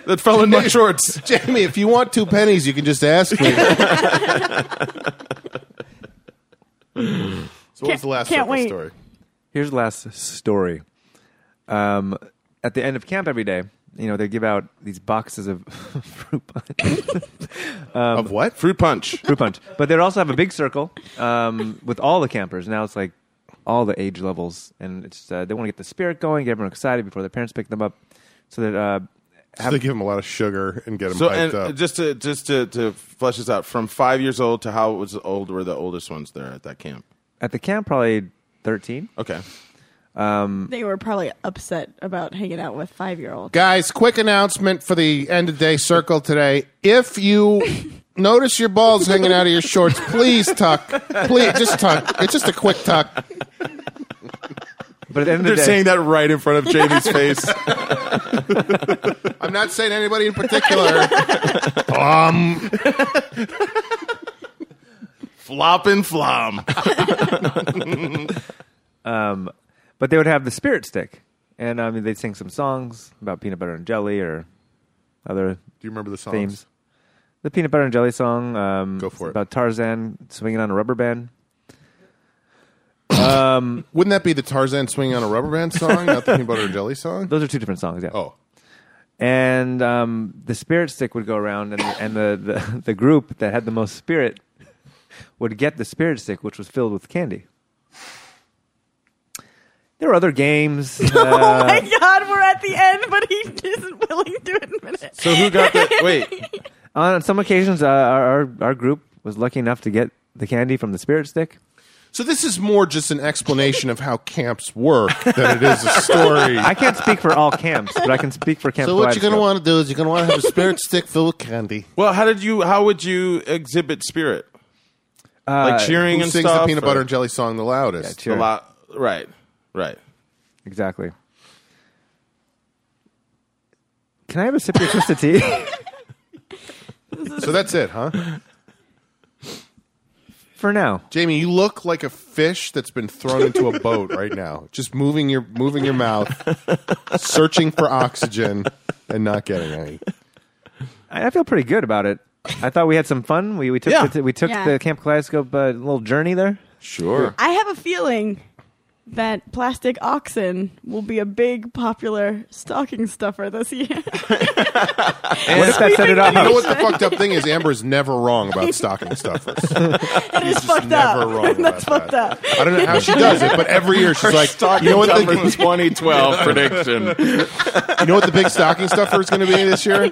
C: That fell in my shorts.
B: *laughs* Jamie, if you want two pennies, you can just ask
E: *laughs*
B: me. so what was
E: Can't-
B: the last
E: can't
B: circle
E: wait.
B: story?
D: Here's the last story. Um, at the end of camp every day, you know, they give out these boxes of *laughs* fruit punch.
B: of what?
C: Fruit punch.
D: fruit punch. But they'd also have a big circle um, with all the campers. Now it's like all the age levels, and it's uh, they want to get the spirit going, get everyone excited before their parents pick them up, so that uh,
B: So they give them a lot of sugar and get them
C: So,
B: hyped
C: and
B: up.
C: just to just to, to flesh this out, from five years old to how was old were the oldest ones there at that camp?
D: at the camp probably thirteen.
C: Okay,
E: *laughs* They were probably upset about hanging out with five year olds.
B: Guys, quick announcement for the end of day circle today. If
E: *laughs*
B: you notice your balls hanging out of your shorts, please tuck. Please, just tuck. It's just a quick tuck.
D: But at the end of the
C: they're
D: day,
C: saying that right in front
B: *laughs*
C: of Jamie's face.
B: I'm not saying anybody in
C: *laughs*
B: particular.
C: Um. Flop and flom.
D: but they would have the spirit stick, and I mean they'd sing some songs about peanut butter and jelly or other
B: Do you remember the songs?
D: themes. The peanut butter and jelly song. Um,
B: Go for it.
D: About Tarzan swinging on a rubber band.
B: Wouldn't that be the Tarzan swinging on a rubber band song,
C: *laughs*
B: not the peanut butter and jelly song?
D: Those are two different songs. Yeah.
B: Oh,
D: and um, the spirit stick would go around, and, and the, the, the group that had the most spirit would get the spirit stick, which was filled with candy. There were
B: *laughs*
D: other games.
E: *laughs* oh
D: uh,
E: my god, we're at the end, but he isn't willing to admit it.
C: So who got the wait?
D: on some occasions, uh, our, our our group was lucky enough to get the candy from the spirit stick.
B: so this is more just an explanation of how camps work than it is a story.
D: I can't speak for all camps, but I can speak for camp.
B: so what you're gonna
D: Kaleidoscope.
B: want to do is you're gonna want to have a
D: *laughs*
B: spirit stick filled with candy.
C: Well, how did you? How would you exhibit spirit? like cheering
B: Uh, Who
C: and
B: sings
C: stuff.
B: the peanut butter
C: or-
B: and jelly song the loudest?
D: Sure.
C: A lot. Right. Right.
D: Exactly. Can I have a sip of your
C: *laughs*
D: twisted tea?
B: so that's it, huh?
D: for now.
B: Jamie, you look like a fish that's been thrown into a boat right now. Just moving your moving your mouth, searching for oxygen and not getting any.
D: I I feel pretty good about it. I thought we had some fun. We we took
C: Yeah.
D: the, we took
E: Yeah.
D: the Camp Kaleidoscope uh, little journey there.
C: Sure.
E: I have a feeling that plastic oxen will be a big popular stocking stuffer this
B: *laughs*
E: year. *laughs*
D: what if that set
B: You
D: it
B: know
D: off?
B: what the fucked up thing is? Amber is never wrong about stocking
C: *laughs*
B: stuffers.
E: It is fucked
B: never
E: up.
B: wrong
E: *laughs* That's
B: about
E: fucked
B: that.
E: up.
B: I don't know how she does it, but every year she's like, you know what the *laughs*
C: 2012 prediction.
B: you know what the big stocking stuffer is going to be this year?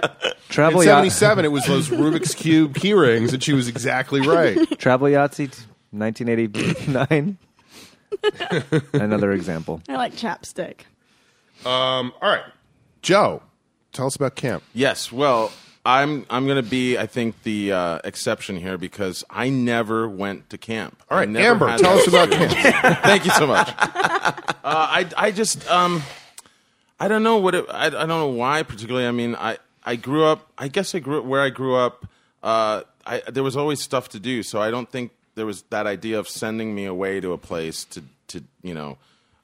D: Travel
B: In
D: yacht,
B: '77, it was those Rubik's cube key rings, and she was exactly right.
D: travel Yahtzee, t-
C: *laughs*
D: 1989. Another example.
E: I like chapstick.
B: Um, all right, Joe, tell us about camp.
C: Yes. Well, I'm I'm going to be I think the uh, exception here because I never went to camp.
B: All right,
C: I never
B: Amber,
C: had
B: tell
C: that
B: us about camp.
C: Thank you so much. *laughs* Uh, I I just um, I don't know what it, I I don't know why particularly. I mean, I I grew up. I guess I grew up where I grew up. Uh, I there was always stuff to do, so I don't think there was that idea of sending me away to a place to to you know,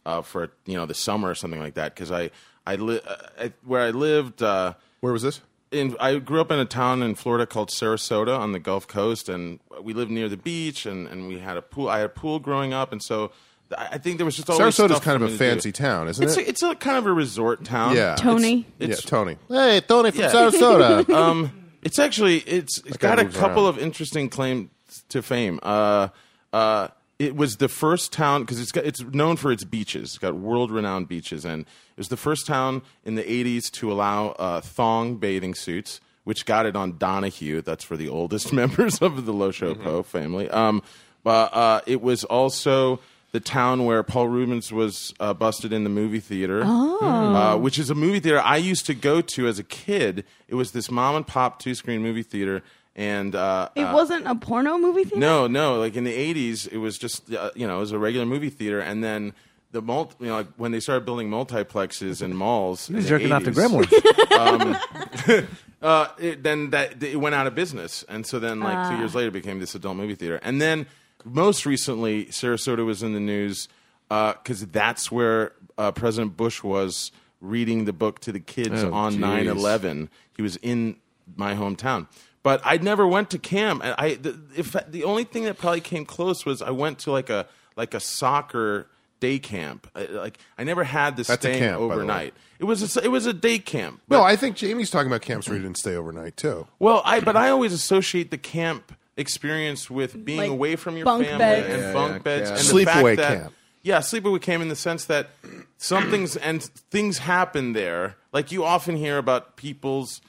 C: uh, for you know the summer or something like that. Because I I, li- uh, I where I lived. Uh,
B: Where was this?
C: in, I grew up in a town in Florida called Sarasota on the Gulf Coast, and we lived near the beach, and, and we had a pool. I had a pool growing up, and so I I think there was just always
B: Sarasota is
C: stuff
B: kind
C: for
B: of
C: me
B: a
C: to do.
B: fancy town, isn't
C: It's
B: it?
C: a, it's a kind of a resort town.
B: yeah.
E: Tony.
B: It's,
C: It's-
B: yeah, Tony. Hey, Tony from
C: Yeah. *laughs*
B: Sarasota.
C: Um, It's actually it's it's
B: guy
C: got a
B: moves
C: couple
B: around.
C: of interesting claims to fame. Uh, uh, it was the first town because it's got, it's known for its beaches. It's got world renowned beaches, and it was the first town in the '80s to allow uh, thong bathing suits, which got it on Donahue. That's for the oldest *laughs* members of the Lo
B: Mm-hmm.
C: Shopo family. Um, but uh, it was also the town where Paul Rubens was uh, busted in the movie theater, uh, which is a movie theater I used to go to as a kid. It was this mom and pop two screen movie theater, and uh,
E: It
C: uh,
E: wasn't a porno movie theater.
C: no, no, like in the '80s, it was just uh, you know it was a regular movie theater, and then. The multi, you know, like when they started building multiplexes and malls, in the
D: jerking off to
C: 80s,
D: gremlins.
C: uh, it, then that it went out of business, and so then like two years later it became this adult movie theater, and then most recently Sarasota was in the news because that's where uh, President Bush was reading the book to the kids
B: Oh,
C: on
B: geez.
C: 9/11. He was in my hometown, but I never went to Cam. And I the, if the only thing that probably came close was I went to like a like a soccer day camp. I, like I never had this
B: That's a
C: staying
B: camp, by the way.
C: overnight. It was a, it was a day camp.
B: no, I think Jamie's talking about camps where you didn't stay overnight too.
C: Well, I but I always associate the camp experience with being
E: Like
C: away from your
E: bunk
C: family
E: beds.
C: and
E: Yeah,
C: bunk
F: yeah,
C: beds
F: camp.
C: and the fact
B: Sleepaway
C: that-
B: camp.
C: Yeah, sleepaway camp in the sense that something's and things happen there. Like you often hear about people's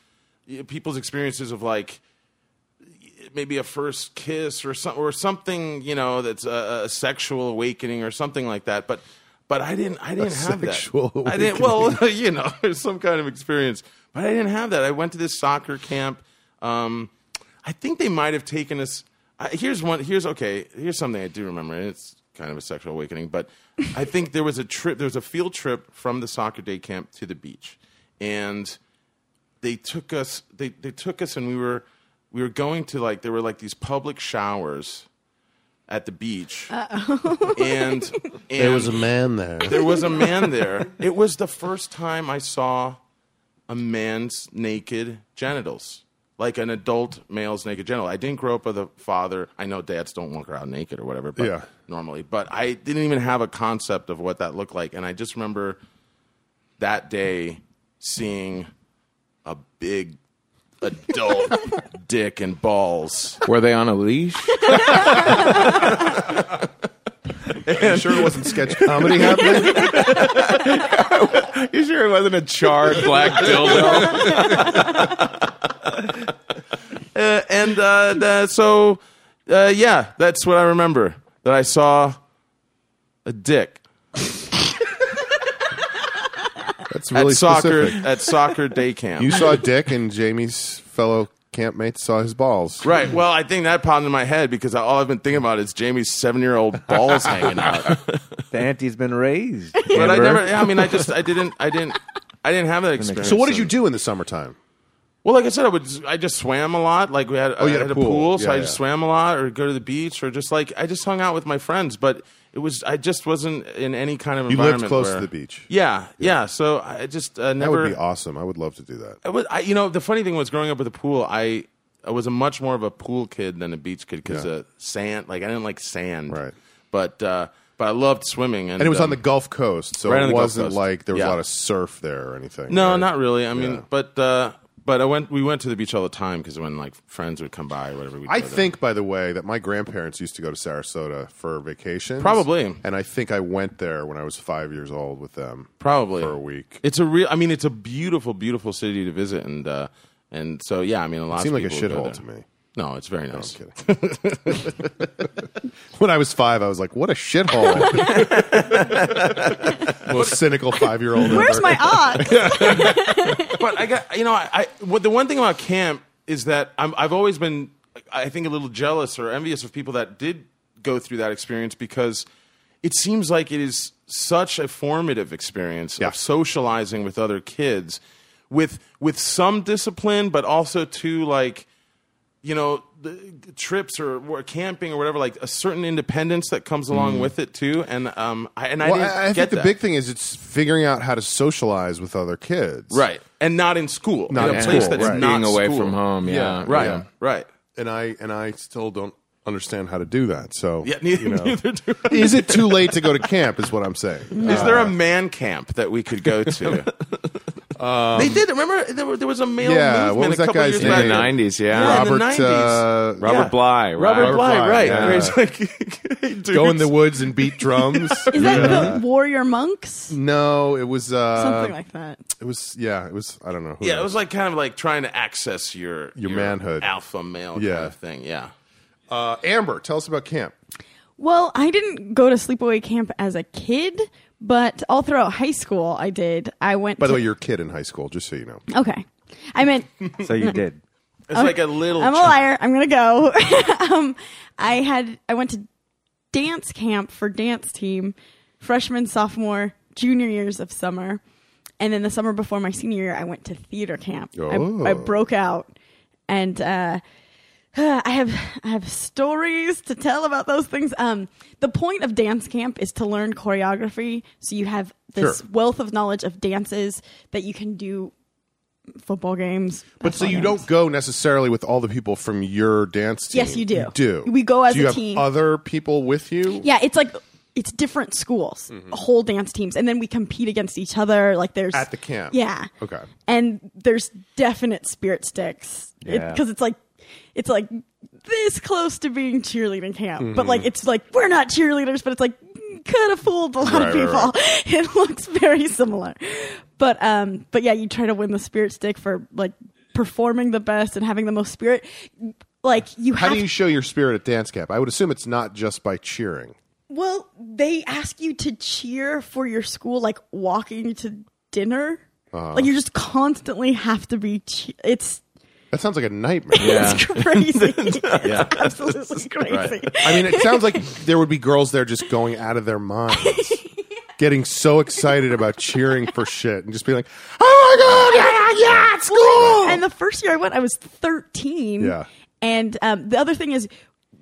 C: people's experiences of like maybe a first kiss or some, or something you know that's a, a sexual awakening or something like that but but I didn't I didn't have
B: sexual
C: that I didn't well *laughs* you know there's some kind of experience but I didn't have that I went to this soccer camp um, I think they might have taken us I, here's one here's okay here's something I do remember and it's kind of a sexual awakening but I think there was a trip there was a field trip from the soccer day camp to the beach and they took us they, they took us and we were we were going to like there were like these public showers at the beach and, and
B: man there.
C: there was a man there it was the first time i saw a man's naked genitals like an adult male's naked genital i didn't grow up with a father i know dads don't walk around naked or whatever but
B: Yeah.
C: normally but i didn't even have a concept of what that looked like and i just remember that day seeing a big adult dick and balls.
F: Were they on a leash?
B: You sure it wasn't sketch comedy happening?
F: *laughs* you sure it wasn't a charred black dildo?
C: *laughs* Uh, and uh, the, so, uh, yeah, that's what I remember that I saw a dick
B: That's
C: at
B: really
C: soccer
B: specific.
C: at
B: *laughs*
C: soccer day camp.
B: You saw Dick, and Jamie's fellow campmates saw his balls.
C: Right. Well, I think that popped in my head because I, all I've been thinking about is Jamie's seven-year-old balls hanging out.
D: the ante's been raised.
C: But I
D: Amber.
C: never. I mean, I just. I didn't. I didn't. I didn't have that experience.
B: So, what did you do in the summertime?
C: Well, like I said, I would. I just swam a lot. Like we had, I
B: Oh, you had a
C: had
B: pool.
C: so
B: Yeah,
C: I just
B: yeah.
C: swam a lot, or go to the beach, or just like I just hung out with my friends. But it was, I just wasn't in any kind of
B: You lived
C: environment.
B: close
C: where-
B: to the beach.
C: Yeah, yeah. So I just uh,
B: That
C: never.
B: would be awesome. I would love to do that.
C: I was, I, you know, the funny thing was growing up with a pool. I I was a much more of a pool kid than a beach kid because
B: Yeah.
C: uh, sand, like I didn't like sand,
B: Right.
C: But uh, but I loved swimming, and,
B: And it was
C: um,
B: on the Gulf Coast, so
C: right on
B: it
C: the Gulf
B: wasn't
C: Coast.
B: like there was a
C: Yeah.
B: lot of surf there or anything.
C: No,
B: right?
C: not really. I mean,
B: Yeah.
C: but uh, but I went. We went to the beach all the time because when like friends would come by, or whatever. We'd
B: I
C: go there.
B: think, by the way, that my grandparents used to go to Sarasota for vacation.
C: Probably.
B: And I think I went there when I was five years old with them.
C: probably
B: for a week.
C: It's a real. I mean, it's a beautiful, beautiful city to visit, and uh, and so yeah. I mean, a lot.
B: It
C: of
B: seemed like a
C: people would go
B: shithole to
C: there.
B: me.
C: No, it's very nice.
B: I'm kidding. *laughs* when I was five, I was like, "What a
C: *laughs*
B: shithole!" Most cynical five-year-old.
E: Where's
B: ever.
E: my
B: *laughs*
E: ox?
C: but I got you know I, I what the one thing about camp is that I'm, I've always been I think a little jealous or envious of people that did go through that experience because it seems like it is such a formative experience
B: Yeah.
C: of socializing with other kids with with some discipline but also to like you know the trips or, or camping or whatever like a certain independence that comes along with it too and um I, and I
B: Mm. Well,
C: didn't
B: I, I
C: get
B: think the
C: that.
B: big thing is it's figuring out how to socialize with other kids,
C: right and not in school
B: Not
C: in
B: in
C: a place
B: school,
C: that's
B: right.
C: not
F: Being away
C: school.
F: from home, yeah.
B: Yeah.
C: right
B: Yeah.
C: right
B: And I and I still don't understand how to do that. So
C: Yeah, neither,
B: you know.
C: neither do *laughs* I.
B: is it
C: *laughs* Uh.
B: too late to go to camp? Is what I'm saying.
C: Is there a man camp that we could go to? Um, they did. Remember there, were, there was a male
B: Yeah,
C: movement
B: what was
C: a
B: that
C: couple
B: guy's
C: years
B: name?
C: back.
F: in the nineties.
C: Yeah,
F: Yeah,
C: in the
B: Robert,
C: 90s.
B: uh,
F: Robert Bly. Right?
C: Robert Bly,
B: Bly,
C: right?
B: yeah.
C: Where he's like, *laughs* hey, dude.
E: *laughs*
B: go in the woods and beat drums.
E: Is that the Warrior Monks?
B: no, it was uh,
E: Something like that.
B: it was yeah, it was I don't know. Who
C: Yeah, it was like kind of like trying to access your
B: Your manhood.
C: alpha male
B: Yeah.
C: kind of thing. Yeah.
B: uh, Amber. Tell us about camp.
E: Well, I didn't go to sleepaway camp as a kid, but all throughout high school I did. I went
B: By the
E: to,
B: way, you're a kid in high school, just so you know.
E: Okay. I meant
D: So
C: *laughs*
D: you did.
C: It's like a little.
E: I'm a liar. I'm gonna go. *laughs* um, I had I went to dance camp for dance team, freshman, sophomore, junior years of summer, and then the summer before my senior year, I went to theater camp.
B: Oh.
E: I, I broke out, and uh, *sighs* I have I have stories to tell about those things. Um, the point of dance camp is to learn choreography, so you have this
B: Sure.
E: wealth of knowledge of dances that you can do. Football games,
B: But so
E: basketball
B: you
E: games.
B: don't go necessarily with all the people from your dance team.
E: Yes, you do.
B: do
E: We go as
B: do you
E: a
B: have
E: team.
B: Other people with you.
E: Yeah, it's like it's different schools, whole dance teams, and then we compete against each other. Like there's
B: Mm-hmm. At the camp.
E: Yeah.
B: Okay.
E: And there's definite spirit sticks because
D: Yeah.
E: it's like it's like this close to being cheerleading camp, but
B: Mm-hmm.
E: like it's like we're not cheerleaders, but it's like could have fooled a lot of
B: Right,
E: people.
B: right,
E: *laughs* It looks very similar, but um, but yeah, you try to win the spirit stick for like performing the best and having the most spirit. Like you
B: How
E: have
B: do you show your spirit at dance camp? I would assume it's not just by cheering.
E: Well, they ask you to cheer for your school, like walking to dinner. Like you just constantly have to be. Che- it's
B: That sounds like a
E: *laughs*
B: nightmare.
E: it's crazy. It's absolutely crazy.
B: I mean,
E: *laughs*
B: it sounds like there would be girls there just going out of their minds, getting so excited about cheering for shit, and just being like, "Oh my god, yeah, yeah, it's cool!"
E: And the first year I went, I was thirteen.
B: Yeah.
E: And um, the other thing is,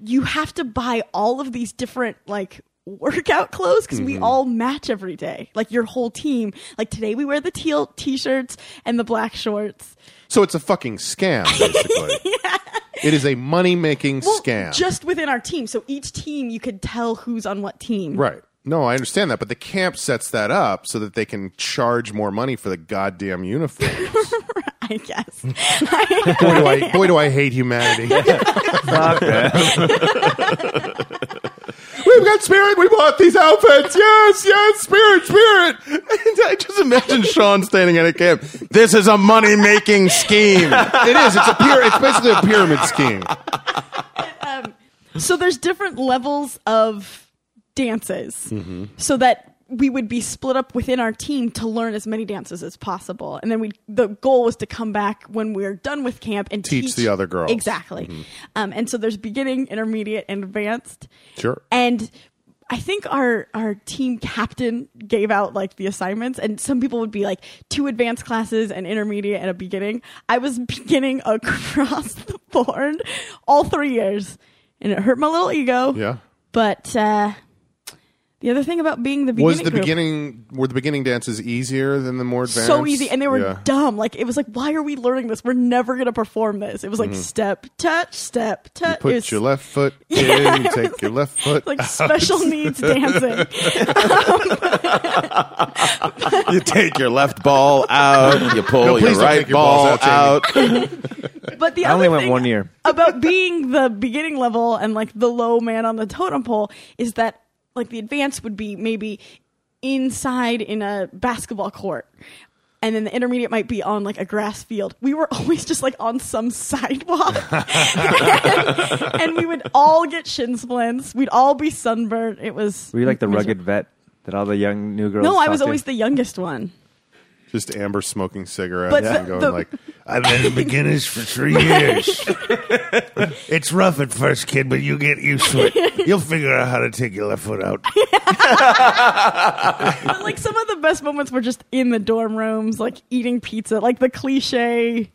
E: you have to buy all of these different like workout clothes because we all match every day. Like your whole team. Like today we wear the teal t-shirts and the black shorts.
B: So it's a fucking scam, basically.
E: *laughs*
B: It is a money making
E: Well,
B: scam.
E: Just within our team. So each team, you could tell who's on what team.
B: right. No, I understand that, but the camp sets that up so that they can charge more money for the goddamn uniform.
E: *laughs* *laughs* I guess.
B: boy, *laughs* do I, boy, do I hate
E: *laughs*
B: humanity.
D: Fuck that.
B: We've got spirit. We bought these outfits. Yes, yes, spirit, spirit.
C: And I just imagine Sean standing at a camp. This is a money making scheme.
B: It is. It's a pyra- It's basically a pyramid scheme.
E: so there's different levels of dances
B: Mm-hmm.
E: so that we would be split up within our team to learn as many dances as possible and then we the goal was to come back when we are done with camp and
B: Teach
E: teach,
B: the other girls. Mm-hmm.
E: exactly um, and so there's beginning intermediate and advanced
B: Sure.
E: and I think our our team captain gave out like the assignments, and some people would be like two advanced classes, an intermediate, and a beginning. I was *laughs* beginning across *laughs* the board all three years, and it hurt my little ego.
B: Yeah.
E: But uh, the other thing about being the beginning
B: Was the
E: group,
B: beginning were the beginning dances easier than the more advanced?
E: so easy, and they were
B: Yeah.
E: dumb. Like it was like, why are we learning this? We're never gonna perform this. It was like step touch, step touch.
B: Mm-hmm.
E: It
B: Put
E: was-
B: your left foot in,
E: *laughs* Yeah.
B: take your left foot.
E: like special
B: *laughs*
E: needs dancing.
C: you take your left ball out, you pull your
B: please don't
C: right
B: take your
C: ball
B: balls out,
C: out.
E: But the
D: I
E: other
D: only went
E: thing
D: one year.
E: about being the beginning level and like the low man on the totem pole is that like the advanced would be maybe inside in a basketball court. And then the intermediate might be on like a grass field. We were *laughs* always just like on some sidewalk. *laughs* and, and we would all get shin splints. We'd all be sunburned. It was.
D: Were you like the rugged
E: miserable.
D: vet that all the young new girls?
E: No, I
D: talked
E: was
D: to?
E: always the youngest one.
B: Just Amber smoking cigarettes
E: But
B: and
E: the-
B: going
E: the- *laughs*
B: like,
G: I've been a beginners for three years. it's rough at first, kid, but you get used to it. You'll figure out how to take your left foot out.
E: But like some of the best moments were just in the dorm rooms, like eating pizza, like the cliche.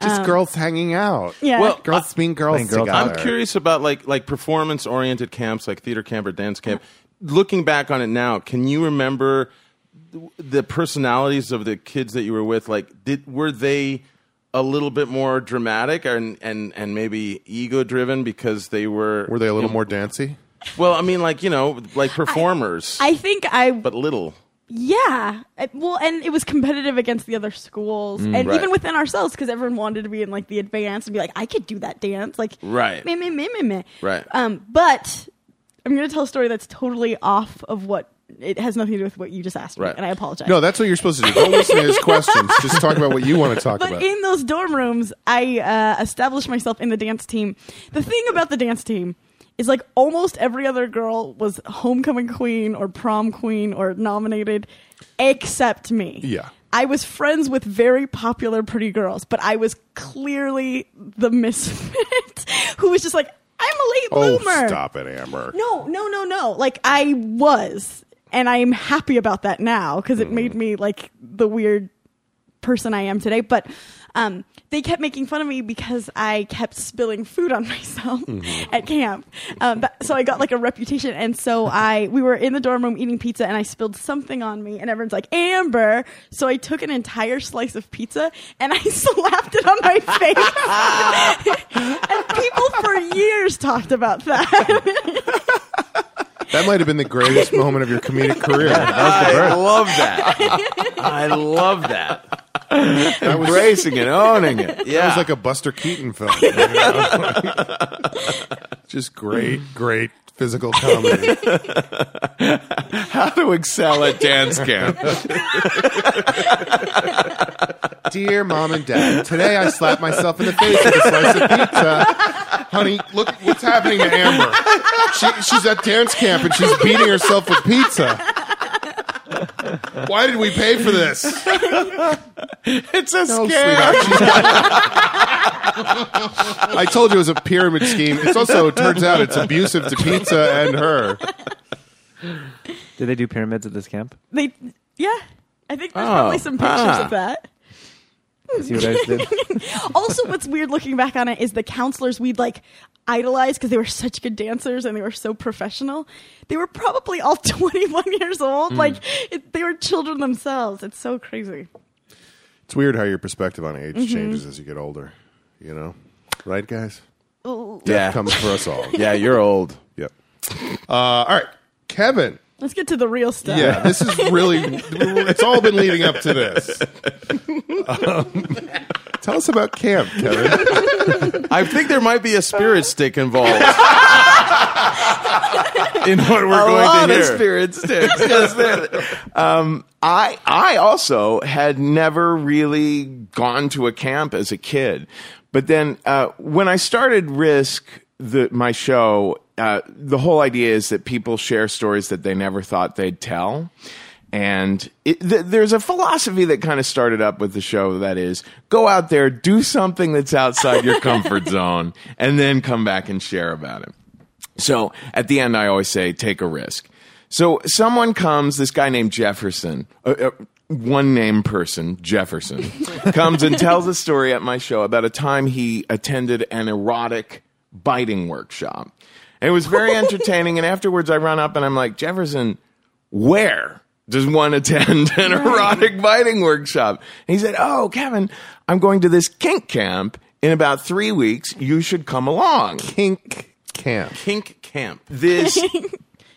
B: just girls hanging out.
E: Um, Yeah.
C: Well,
B: Girls being girls
D: Playing girl
B: together.
D: talk.
C: I'm curious about like like performance oriented camps, like theater camp or dance camp. Looking back on it now, can you remember th- the personalities of the kids that you were with? Like, did were they a little bit more dramatic and and and maybe ego driven because they were
B: Were they a little more dancey?
C: Well, I mean, like you know, like performers,
E: I think I
C: *laughs* but little.
E: yeah. It- well, and it was competitive against the other schools and
C: Mm, Right.
E: even within ourselves because everyone wanted to be in like the advance and be like, I could do that dance. Like,
C: Right.
E: Meh, meh, meh, meh, meh.
C: Right.
E: Um, but I'm going to tell a story that's totally off of what it has nothing to do with what you just asked me.
C: Right.
E: And I apologize.
B: No, that's what you're supposed to do. Don't listen to his questions. Just talk about what you
E: *laughs*
B: want to talk
E: but
B: about.
E: in those dorm rooms, I uh, established myself in the dance team. The thing about the dance team is like almost every other girl was homecoming queen or prom queen or nominated, except me.
B: Yeah.
E: I was friends with very popular pretty girls, but I was clearly the misfit *laughs* who was just like, I'm a late
B: oh,
E: bloomer.
B: stop it, Amber.
E: No, no, no, no. Like I was, and I'm happy about that now because it made me like the weird person I am today. But um, they kept making fun of me because I kept spilling food on *laughs* myself at camp. Um, that, so I got like a reputation, and so I we were in the dorm room eating pizza, and I spilled something on me, and everyone's like Amber. So I took an entire slice of pizza and I *laughs* slapped it on my face, *laughs* and people for years talked about that.
B: That might have been the greatest moment of your comedic
E: *laughs*
B: career. That was the
C: I
B: best.
C: love that. I love that.
B: That was,
C: *laughs* Embracing it, owning it. Yeah.
B: that was like a Buster Keaton film. you know? *laughs* Just great, great physical comedy.
C: how to excel at dance camp.
B: Dear mom and dad, today I slapped myself in the face with a slice of pizza. Honey, look at what's happening to Amber. She, she's at dance camp and she's beating herself with pizza. Why did we pay for this?
C: It's a
B: No,
C: scam.
B: sweetheart, she's not- I told you it was a pyramid scheme. It's also, it turns out, it's abusive to pizza and her.
D: Did they do pyramids at this camp?
E: They, yeah, I think there's
C: Oh,
E: probably some pictures
C: ah.
E: of that.
D: See what I just did?
E: *laughs* Also, what's weird looking back on it is the counselors we'd like idolize because they were such good dancers and they were so professional. They were probably all *laughs* 21 years
C: Hmm.
E: old. Like it, they were children themselves. It's so crazy.
B: It's weird how your perspective on age
C: Mm-hmm.
B: changes as you get older, you know? Right, guys?
C: Yeah.
B: Comes for us all.
C: Yeah, you're old.
B: Yep. Uh, all right, Kevin.
E: Let's get to the real stuff.
B: Yeah, this is really. It's all been leading up to this. Um, tell us about camp, Kevin.
C: I think there might be a spirit stick involved. In what we're going
F: lot
C: to
F: of
C: hear, spirit sticks. um, I I also had never really gone to a camp as a kid, but then uh, when I started Risk, the my show, uh, the whole idea is that people share stories that they never thought they'd tell. And it, th- there's a philosophy that kind of started up with the show that is go out there, do something that's outside your comfort zone, and then come back and share about it. So at the end, I always say, take a risk. So someone comes, this guy named Jefferson, uh, uh, one name person, *laughs* Jefferson, comes and tells a story at my show about a time he attended an erotic biting workshop. And it was *laughs* very entertaining. and afterwards, I run up and I'm like, Jefferson, where does one attend an erotic biting workshop? And he said, Oh, Kevin, I'm going to this kink camp in about three weeks. You should come along
B: Pink camp.
C: kink camp.
E: *laughs*
C: This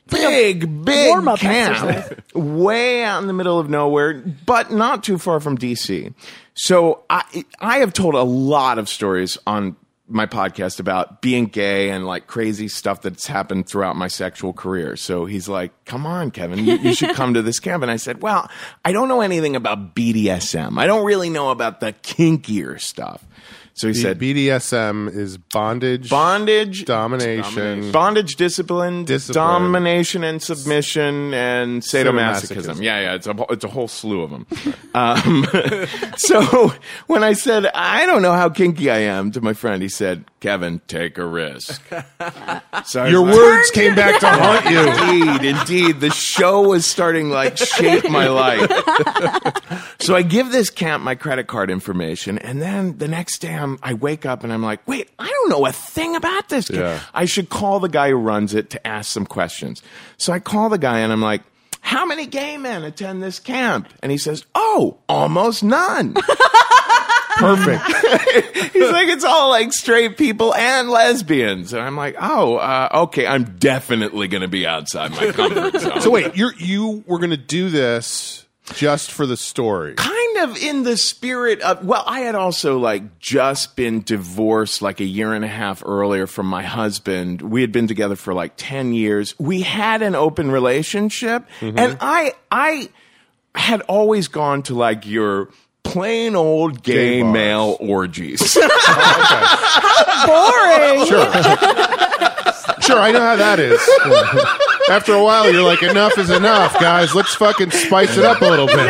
C: big, big
E: warm-up exercise.
C: camp, way out in the middle of nowhere, but not too far from DC. So I, I have told a lot of stories on my podcast about being gay and like crazy stuff that's happened throughout my sexual career. So he's like, "Come on, Kevin, you, you should come to this camp." And I said, "Well, I don't know anything about BDSM. I don't really know about the kinkier stuff." So he said,
B: BDSM is bondage,
C: "Bondage,
B: domination.
C: bondage, discipline,
B: Discipline.
C: domination, and submission, and sadomasochism.
B: Sadomasochism.
C: Yeah, yeah, it's a whole- it's a whole slew of them. um, *laughs* so when I said I don't know how kinky I am to my friend, he said, "Kevin, take a risk." So I was
B: Your
C: like-
B: words came back to haunt you.
C: Indeed, indeed. The show was starting like shape my life.
B: *laughs*
C: so I give this camp my credit card information, and then the next day I'm, I wake up and I'm like, wait, I don't know a thing about this. Camp.
B: Yeah.
C: I should call the guy who runs it to ask some questions. So I call the guy and I'm like, how
B: *laughs*
C: many gay men attend this camp? And he says, oh, almost none.
B: Perfect.
C: He's like, it's all like straight people and lesbians. And I'm like, oh, uh, okay, I'm definitely going to be outside my comfort zone.
B: so wait, you you were gonna do this just for the story?
C: kind of in the spirit of, well, I had also like just been divorced like a year and a half earlier from my husband. We had been together for like 10 years. We had an open relationship. And I, I had always gone to like your plain old gay,
B: Gay bars.
C: male *laughs* orgies.
E: Boring.
B: Sure. sure, I know how that is. After a while, you're like, enough is enough, guys. Let's fucking spice it up a little bit.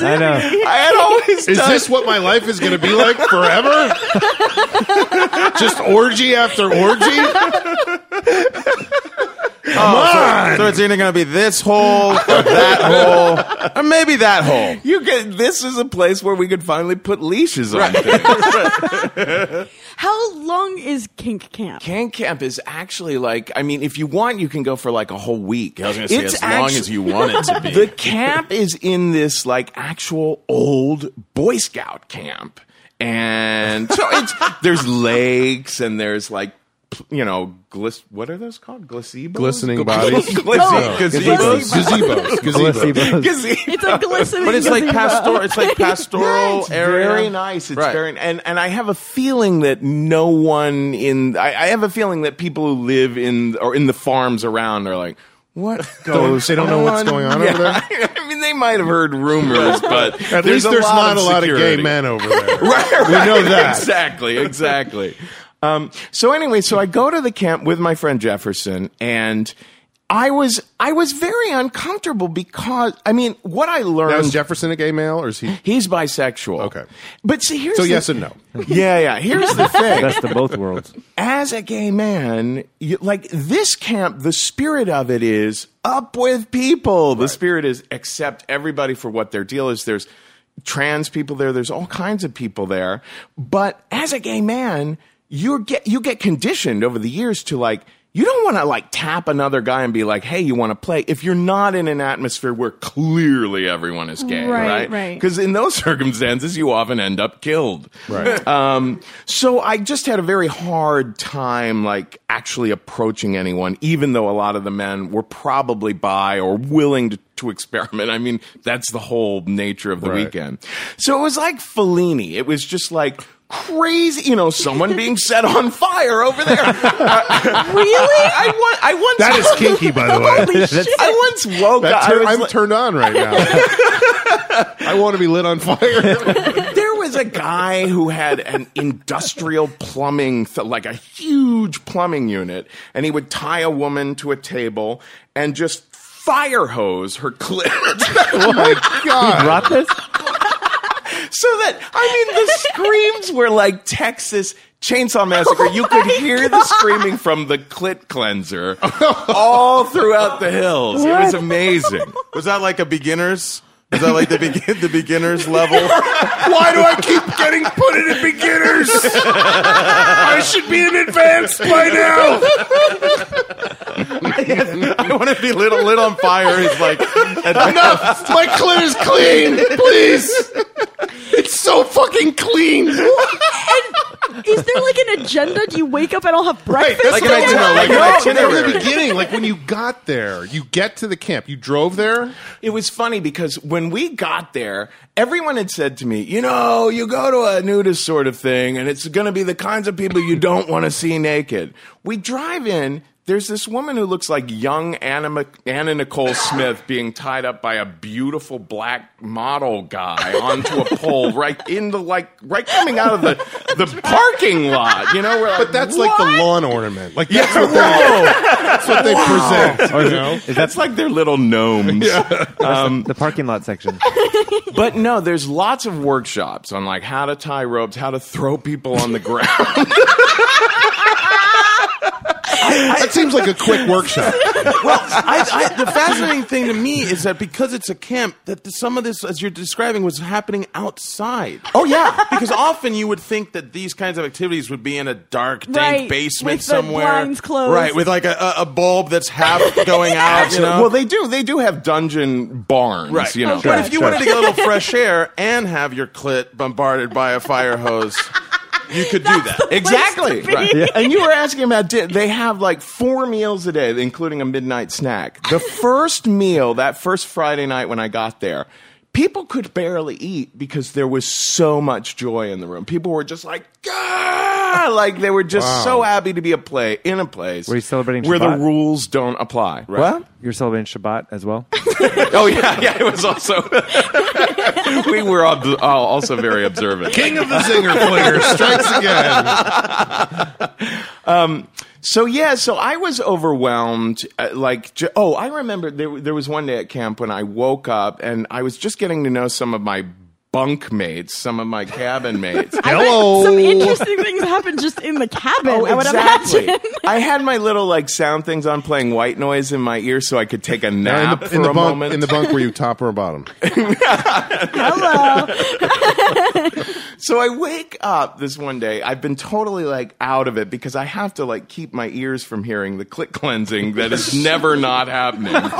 D: I know.
C: I had always
B: Is
C: done
B: this what my life is going to be like *laughs* forever? Just orgy after orgy?
C: So it's either going to be this hole, or *laughs* that hole, or maybe that hole. You can. This is a place where we could finally put leashes on. Things.
E: How long is kink camp?
C: Can camp is actually like. I mean, if you want, you can go for like a whole week.
F: I was gonna say as long as you want it to be.
C: *laughs* The camp is in this like actual old Boy Scout camp, and so it's there's lakes and there's like. You know, glis- what are those called? Gazebos?
B: Glistening bodies.
C: *laughs* Glis- gazebos.
B: Gazebos. Gazebos.
D: Gazebos.
C: Gaze-
E: It's a glistening.
C: but it's like
E: gazebo.
C: pastoral. *laughs* It's like pastoral area.
F: Very
C: nice. It's
F: Right.
C: very and and I have a feeling that no one in I, I have a feeling that people who live in or in the farms around are like
B: *laughs*
C: what goes.
B: They don't know what's going on over there?
C: *laughs* I mean, they might have
B: *laughs*
C: heard rumors, but
B: At least there's not a lot of gay
C: security.
B: men over *laughs* there.
C: Right,
B: We
C: right,
B: know that.
C: *laughs* exactly, exactly. um, so anyway, so I go to the camp with my friend Jefferson, and I was I was very uncomfortable because I mean, what I
B: Now,
C: learned.
B: is Jefferson a gay male, or is he?
C: He's bisexual.
B: Okay.
C: But see, here's
B: So
C: the-
B: yes and no.
C: *laughs* Yeah, yeah. Here's the thing: *laughs*
D: Best of both worlds.
C: as a gay man, you, like this camp, the spirit of it is up with people. The spirit is accept everybody for what their deal is. There's trans people there. There's all kinds of people there. But as a gay man, you get you get conditioned over the years to like. You don't want to like tap another guy and be like, "Hey, you want to play?" If you're not in an atmosphere where clearly everyone is gay,
E: Right,
C: right?
E: right.
C: Because in those *laughs* circumstances, you often end up killed.
B: Right.
C: *laughs* Um, so I just had a very hard time, like actually approaching anyone, even though a lot of the men were probably bi or willing to, to experiment. *laughs* I mean, that's the whole nature of the
B: Right.
C: weekend. So it was like Fellini. It was just like crazy, you know, someone being *laughs* set on fire
G: *laughs*
C: over there. really? *laughs* I, want. I once.
G: That is kinky, by
C: *laughs*
G: the way.
E: Holy shit.
C: I once woke
B: That
C: up. I
B: tur-
C: was
B: I'm
C: like-
B: turned on right *laughs* now. I want to be lit *laughs* on fire.
C: there was a guy who had an industrial plumbing, th- like a huge plumbing unit, and he would tie a woman to a table and just fire hose her clit. *laughs*
B: oh my god!
D: Brought this?
C: so that, I mean, the screams were like Texas. Chainsaw
G: *laughs*
C: Massacre,
G: Oh
C: you could hear the screaming from the clit cleanser all throughout the hills. It was amazing.
F: Was that like a beginner's? Was that like the begin the beginner's level?
G: *laughs* Why do I keep getting put in at beginners? I should be in advanced by now.
F: *laughs* I want to be lit, lit on fire. Is like
B: Enough! My clit is clean, please. It's so fucking clean.
E: And is there like an agenda? Do you wake up and I'll have breakfast?
B: that's
C: an
E: together?
C: idea, like an idea.
E: No.
B: From
C: Itinerary.
B: the beginning, like when you got there, you get to the camp, you drove there.
C: It was funny because when we got there, everyone had said to me, you know, you go to a nudist sort of thing and it's going to be the kinds of people you don't want to see naked. We drive in. There's this woman who looks like young Anna, Mc- Anna Nicole Smith being tied up by a beautiful black model guy onto a pole right in the like right coming out of the the parking lot. You know, we're like,
B: But that's like
C: "What?"
B: the lawn ornament. Like that's what they, *laughs* that's what they present.
D: Or is, it, is that
C: That's like their little gnomes.
D: the parking lot section?
C: But no, there's lots of workshops on like how to tie ropes, how to throw people on the ground.
D: I
B: that seems like a quick workshop.
F: I, I, the fascinating thing to me is that because it's a camp, that the- some of this, as you're describing, was happening outside. Oh yeah, because often you would think that these kinds of activities would be in a dark, dank
E: Right,
F: basement
E: with the
F: somewhere,
E: blinds closed.
F: right, with like a, a a bulb that's half going out. You know?
C: Well, they do. They do have dungeon barns.
F: Right.
C: You know.
F: but if you wanted to get a little fresh air and have your clit bombarded by a fire hose, you could do that.
C: Exactly.
E: Place to be.
C: Right. And you were asking about di- they have like four meals a day, including a midnight snack. The first meal, that first Friday night when I got there, people could barely eat because there was so much joy in the room. People were just like, "Gah!" like they were just
B: Wow.
C: so happy to be a play in a place
D: Were you celebrating
C: where
D: Shabbat?
C: the rules don't apply. What?
D: You're celebrating Shabbat as well.
C: Oh yeah, yeah. It was
D: *laughs*
C: also *laughs* we were all, all also very observant.
B: King of the Zinger player strikes again.
C: So yeah, so I was overwhelmed. Uh, like, j- oh, I remember there there was one day at camp when I woke up and I was just getting to know some of my bunk mates, some of my cabin mates.
B: Hello.
E: Some interesting things happen just in the cabin.
F: Oh,
E: I would imagine.
C: Oh,
E: *laughs*
C: I had my little like sound things on playing white noise in my ear so I could take a
B: Now,
C: nap
B: in the,
C: for
B: in the
C: a
B: bunk,
C: moment.
B: in the bunk, were you top or bottom?
E: Hello.
C: So I wake up this one day. I've been totally like out of it because I have to like keep my ears from hearing the click cleansing that is never not happening. and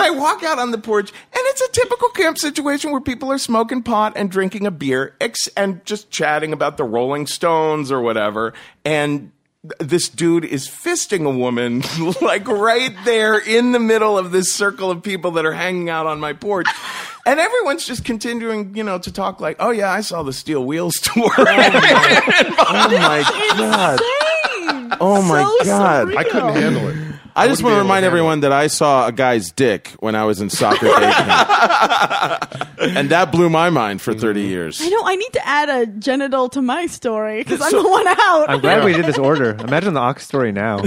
C: I walk out on the porch, and it's a typical camp situation where people are smoking pot and drinking a beer ex- and just chatting about the Rolling Stones or whatever. And th- this dude is fisting a woman *laughs* like right there in the middle of this circle of people that are hanging out on my porch. And everyone's just continuing, you know, to talk like, "Oh yeah, I saw the Steel Wheels *laughs* tour."
F: Oh my god!
E: Dang.
F: Oh my
E: So
F: god!
E: surreal.
B: *laughs* I couldn't handle it.
F: I just want to
B: able to
F: remind
B: handle
F: everyone that I saw a guy's dick when I was in soccer day camp. and that blew my mind for 30 years.
E: I know. I need to add a genital to my story because I'm the one out.
D: I'm glad we did this order. Imagine the ox story now.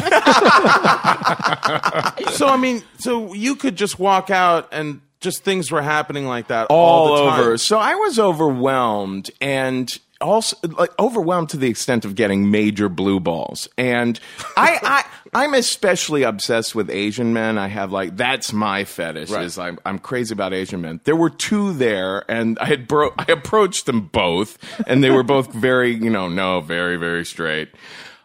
F: So I mean, so you could just walk out and just things were happening like that all,
C: all,
F: the time.
C: over. So I was overwhelmed and also like overwhelmed to the extent of getting major blue balls. And
F: *laughs*
C: I, I I'm especially obsessed with Asian men. I have like that's my fetish. Is I'm I'm crazy about Asian men. There were two there, and I had bro I approached them both, and they were both very you know no very very straight.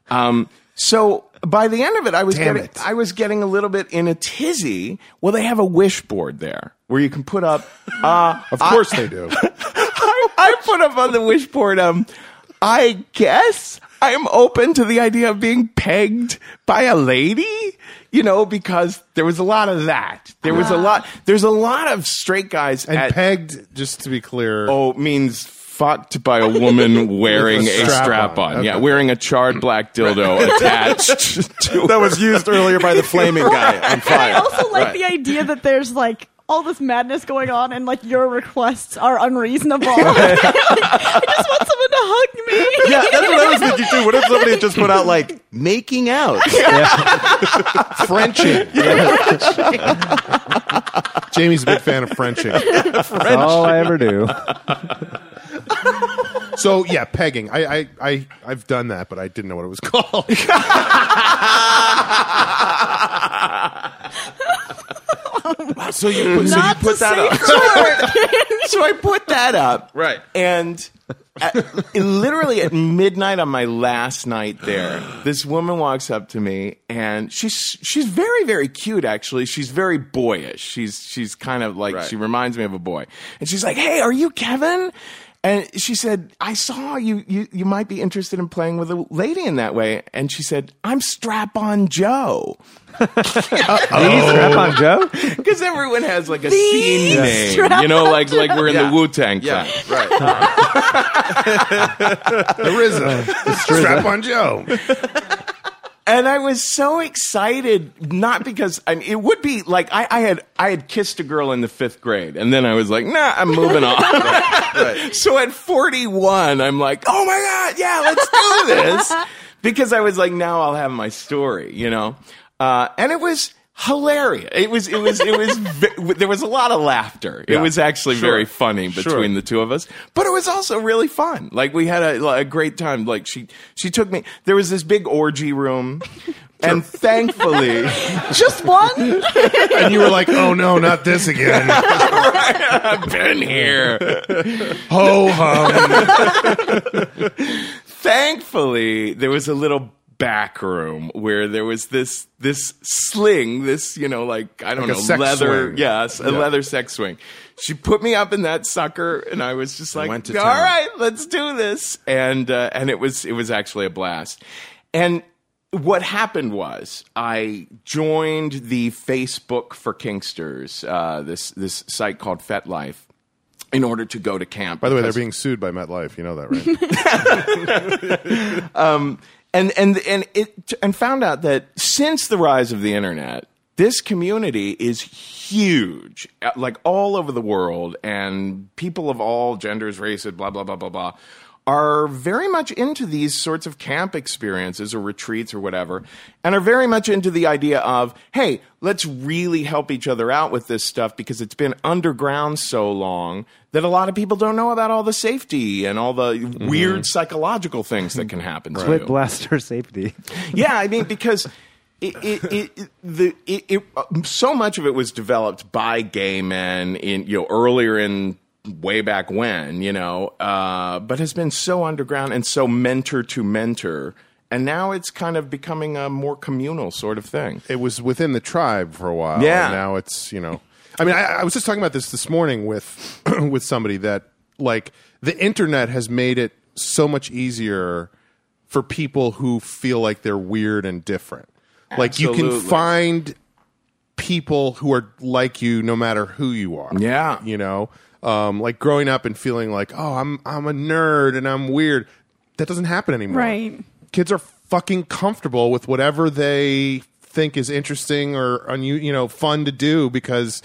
C: Um, so by the end of it, I was getting
H: it.
C: I was getting a little bit in a tizzy. Well, they have a wish board there where you can put up. *laughs* Uh,
B: Of course they *laughs* do.
C: I, I put up on the wish board. Um, I guess I'm open to the idea of being pegged by a lady. You know, because there was a lot of that. There was a lot. There's a lot of straight guys
B: And
C: at
B: pegged, just to be clear, *laughs*
C: Oh, means fucked by a
F: *laughs*
C: woman wearing
B: With a
C: a
B: strap
C: strap on.
B: on.
C: Yeah,
B: Okay.
C: wearing a charred black
F: *laughs*
C: dildo attached to
F: That was used earlier by the flaming guy on
E: And I
F: fire.
E: also like the idea that there's like all this madness going on and like your requests are
F: *laughs*
E: unreasonable. *laughs* I just want someone to hug me.
F: Yeah, that's what I was thinking too. What if somebody had just put out like making out?
B: *laughs* Frenching. Jamie's a big fan of Frenching.
D: That's all I ever do.
B: So yeah, pegging. I, I, I, I've done that, but I didn't know what it was *laughs* called.
F: So you put, so you
E: Not
F: put
E: the
F: that
E: same
C: *laughs*
F: up.
C: so I put that up.
F: Right.
C: And at- literally at midnight on my last night there, this woman walks up to me and she's she's very very cute actually. She's very boyish. She's she's kind of like
F: Right.
C: she reminds me of a boy. And she's like, "Hey, are you Kevin?" And she said, "I saw you you you might be interested in playing with a lady in that way." And she said, "I'm Strap-on Joe."
D: Lady strap on Joe?
C: Because everyone has like a scene name, you know,
E: Strap-on
C: like like we're in
F: Yeah.
C: the Wu Tang.
F: Yeah, right.
B: The RZA, strap on Joe.
C: and I was so excited, not because I mean, it would be like I, I had I had kissed a girl in the fifth grade, and then I was like, nah, I'm moving *laughs* on. So at 41, I'm like, oh my god, yeah, let's do this, because I was like, now I'll have my story, you know, uh, and it was hilarious. It was it was it was ve- there was a lot of laughter. It was actually very funny between the two of us, but it was also really fun. Like we had a, a great time. Like she she took me. There was this big orgy room. And thankfully, *laughs*
E: Just one?
B: and you were like, oh no, not
I: This
B: *laughs*
I: again.
C: I've been here.
I: Ho hum.
C: Thankfully, there was a little back room where there was this this sling, this you know, like I don't
B: Like a
C: know,
B: sex
C: leather,
B: swing.
C: yes, a
B: Yeah.
C: leather sex swing. She put me up in that sucker, and I was just like,
F: went to
C: "All
F: town."
C: right, let's do this." And uh, and it was it was actually a blast. And what happened was I joined the Facebook for Kingsters, uh, this this site called FetLife, in order to go to camp.
B: By the way, they're being sued by MetLife. You know that, right?
C: and and and it and found out that since the rise of the internet this community is huge uh, like all over the world and people of all genders races blah blah blah blah blah are very much into these sorts of camp experiences or retreats or whatever and are very much into the idea of hey let's really help each other out with this stuff because it's been underground so long that a lot of people don't know about all the safety and all the weird psychological things that can happen to
D: Split
C: you
D: blaster safety.
C: yeah, I mean because it, it, it, it- the it, it uh, so much of it was developed by gay men in you know earlier in way back when you know, uh, but has been so underground and so mentor to mentor, and now it's kind of becoming a more communal sort of thing.
B: it was within the tribe for a while.
C: Yeah.
B: And now it's you know. I mean, I, I was just talking about this this morning with *clears throat* with somebody that like the internet has made it so much easier for people who feel like they're weird and different. Like you can
C: Absolutely.
B: find people who are like you no matter who you are.
C: Yeah.
B: You know, um, like growing up and feeling like, oh, I'm I'm a nerd and I'm weird. That doesn't happen anymore.
E: Right.
B: Kids are fucking comfortable with whatever they think is interesting or unu- you know fun to do because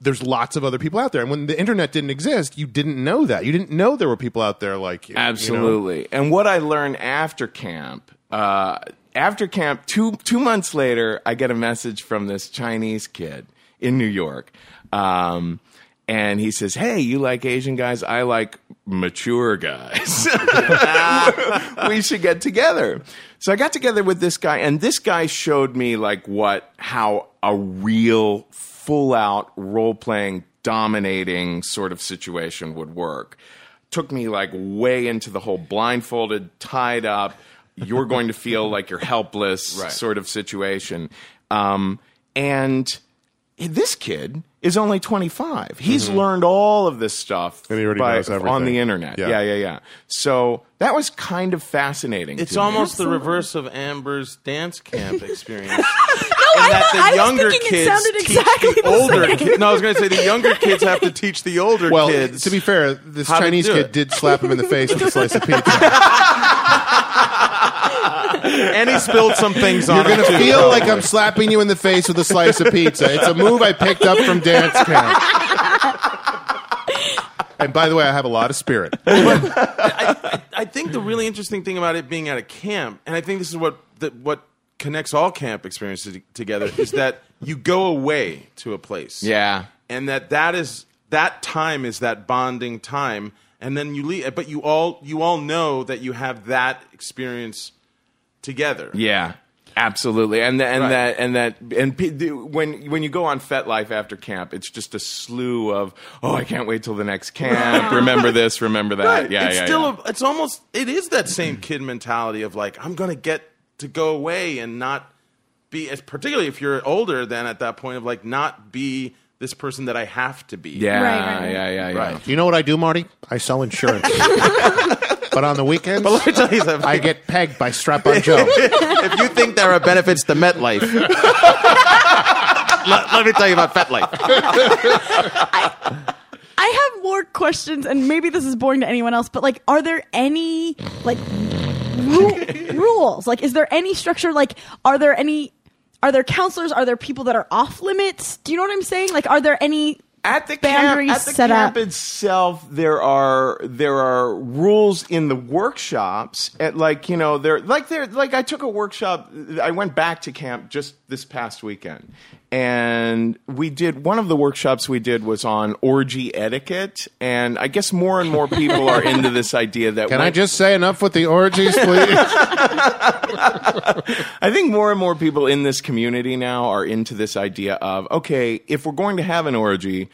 B: there's lots of other people out there. And when the internet didn't exist, you didn't know that. You didn't know there were people out there like you. you know?
C: Absolutely. And what I learned after camp, uh, after camp, two two months later, I get a message from this Chinese kid in New York, um, and he says, "Hey, you like Asian guys? I like mature guys. *laughs* we should get together." So I got together with this guy, and this guy showed me like what how a real full out role playing dominating sort of situation would work took me like way into the whole blindfolded, tied up, you're going to feel like
B: *laughs*
C: you're helpless sort of situation. Um, and this kid is only 25. He's learned all of this stuff
B: Mm-hmm. And he already knows
C: on
B: everything.
C: the internet.
B: Yeah.
C: yeah, yeah, yeah. So that was kind of fascinating.
F: It's
C: to me.
F: almost the reverse of Amber's dance
E: *laughs*
F: camp experience.
E: I
F: no,
E: was- I was thinking it sounded exactly the
F: older
E: same.
F: kids. No, I was going to say the younger kids have to teach the older
B: Well,
F: kids.
B: to be fair, this
F: How to
B: Chinese
F: do
B: kid
F: it.
B: did slap
F: *laughs*
B: him in the face with a slice of pizza.
F: and he spilled some things on
B: You're
F: him,
B: gonna
F: too,
B: feel like I'm
F: probably.
B: slapping you in the face with a slice of pizza. It's a move I picked up from dance camp. And by the way, I have a lot of spirit.
F: *laughs* I think the really interesting thing about it being at a camp, and I think this is what the, what connects all camp experiences t- together, is that you go away to a place.
C: Yeah.
F: and that that is that time is that bonding time, and then you leave. But you all you all know that you have that experience together.
C: Yeah, absolutely. And and
F: Right.
C: that and that and pe- the- when when you go on FetLife after camp, it's just a slew of oh, I can't wait till the next
F: *laughs*
C: camp. remember this, remember that.
F: Right.
C: Yeah,
F: it's
C: yeah,
F: still
C: yeah.
F: A, it's almost it is that same kid mentality of like I'm gonna get to go away and not be as particularly if you're older than at that point of like not be this person that I have to be.
C: yeah,
E: Right, right, right.
C: yeah, yeah, yeah.
F: Right.
B: You know what I do, Marty? I sell insurance. but on the weekends,
F: *laughs* Let me tell you something.
B: I get pegged by Strap on Joe.
F: if you think there are benefits to MetLife, *laughs* let, let me tell you about FetLife.
E: I have more questions, and maybe this is boring to anyone else, but like, are there any like ru- rules? Like, is there any structure? Like, are there any? Are there counselors? Are there people that are off limits? Do you know what I'm saying? Like, are there any
C: at the
E: boundaries
C: camp, at the
E: set
C: camp
E: up.
C: itself there are there are rules in the workshops at like you know there like there like I took a workshop I went back to camp just this past weekend and we did one of the workshops we did was on orgy etiquette and I guess more and more
B: *laughs*
C: people are into this idea that
B: Can
C: when-
B: I just say enough with the orgies, please?
C: I think more and more people in this community now are into this idea of okay, if we're going to have an orgy,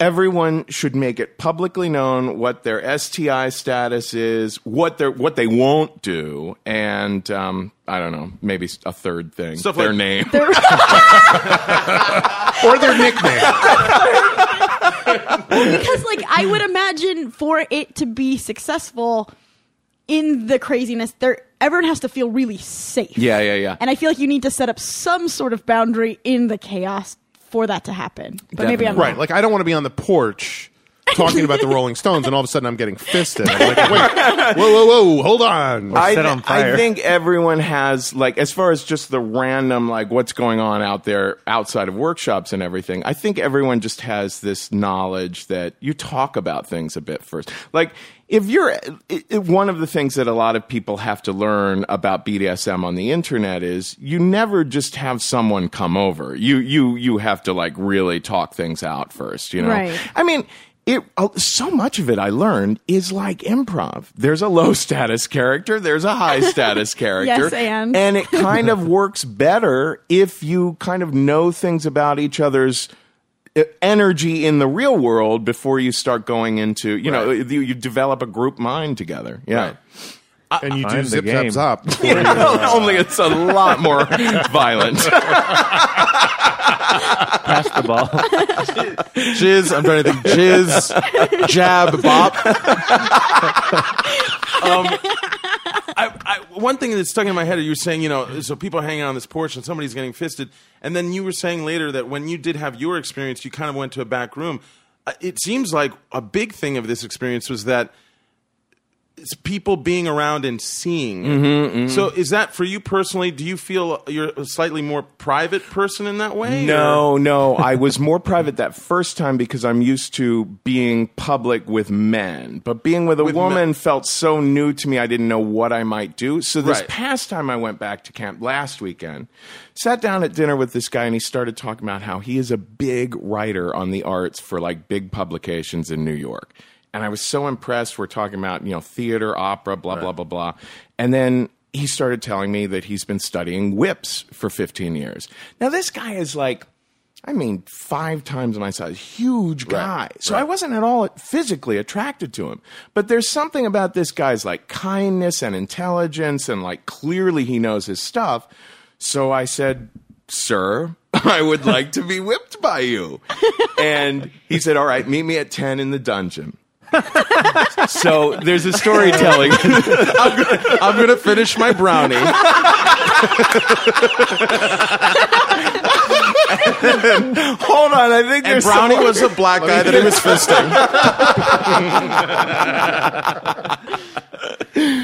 C: everyone should make it publicly known what their STI status is, what they are what they won't do, and um, I don't know, maybe a third thing,
F: Stuff
C: their
F: like-
C: name.
B: or their nickname.
E: because like I would imagine for it to be successful in the craziness, there everyone has to feel really safe.
C: Yeah, yeah, yeah.
E: And I feel like you need to set up some sort of boundary in the chaos for that to happen. But maybe I'm
B: Right. Like I don't want to be on the porch talking about the Rolling Stones, and all of a sudden I'm getting fisted. I'm like, wait, whoa, whoa, whoa, hold on.
C: I,
D: set
C: thi-
D: on fire.
C: I think everyone has like as far as just the random like what's going on out there outside of workshops and everything. I think everyone just has this knowledge that you talk about things a bit first. Like if you're it, it- one of the things that a lot of people have to learn about BDSM on the internet is you never just have someone come over. You you you have to like really talk things out first, you know.
E: Right.
C: I mean, it uh, so much of it I learned is like improv. There's a low *laughs* status character, there's a
E: *laughs*
C: high status character.
E: Yes, and.
C: it
E: *laughs*
C: kind of works better if you kind of know things about each other's uh, energy in the real world before you start going into, you know, you, you develop a group mind together. Yeah.
B: and you do
D: I'm the
B: zip
D: game.
B: zaps up.
C: *laughs* Only it's a lot
E: *laughs*
C: more violent.
D: Pass the ball.
F: Jizz. I'm trying to think. Jizz. Jab. Bop. um, I, I, one thing that stuck in my head, you were saying, you know, so people hanging on this porch and somebody's getting fisted, and then you were saying later that when you did have your experience, you kind of went to a back room. Uh, It seems like a big thing of this experience was that it's people being around and seeing. it. So, is that for you personally? Do you feel you're a slightly more private person in that way? or-
C: No, no. I was more private that first time because I'm used to being public with men. But being with a
F: With
C: woman
F: men.
C: felt so new to me, I didn't know what I might do. So this
F: Right.
C: past time I went back to camp last weekend, sat down at dinner with this guy and he started talking about how he is a big writer on the arts for like big publications in New York. And I was so impressed. We're talking about, you know, theater, opera, blah, blah, blah, blah. And then he started telling me that he's been studying whips for 15 years. Now, this guy is like, I mean, five times my size, huge guy. So I wasn't at all physically attracted to him. But there's something about this guy's like kindness and intelligence, and like clearly he knows his stuff. So I said, Sir, *laughs* I would like to be whipped by you. And he said, All right, meet me at 10 in the dungeon. so there's a storytelling. *laughs*
F: I'm gonna finish my brownie.
C: Hold on, I think
F: And
C: there's
F: brownie
C: someone-
F: was a black guy that he was fisting.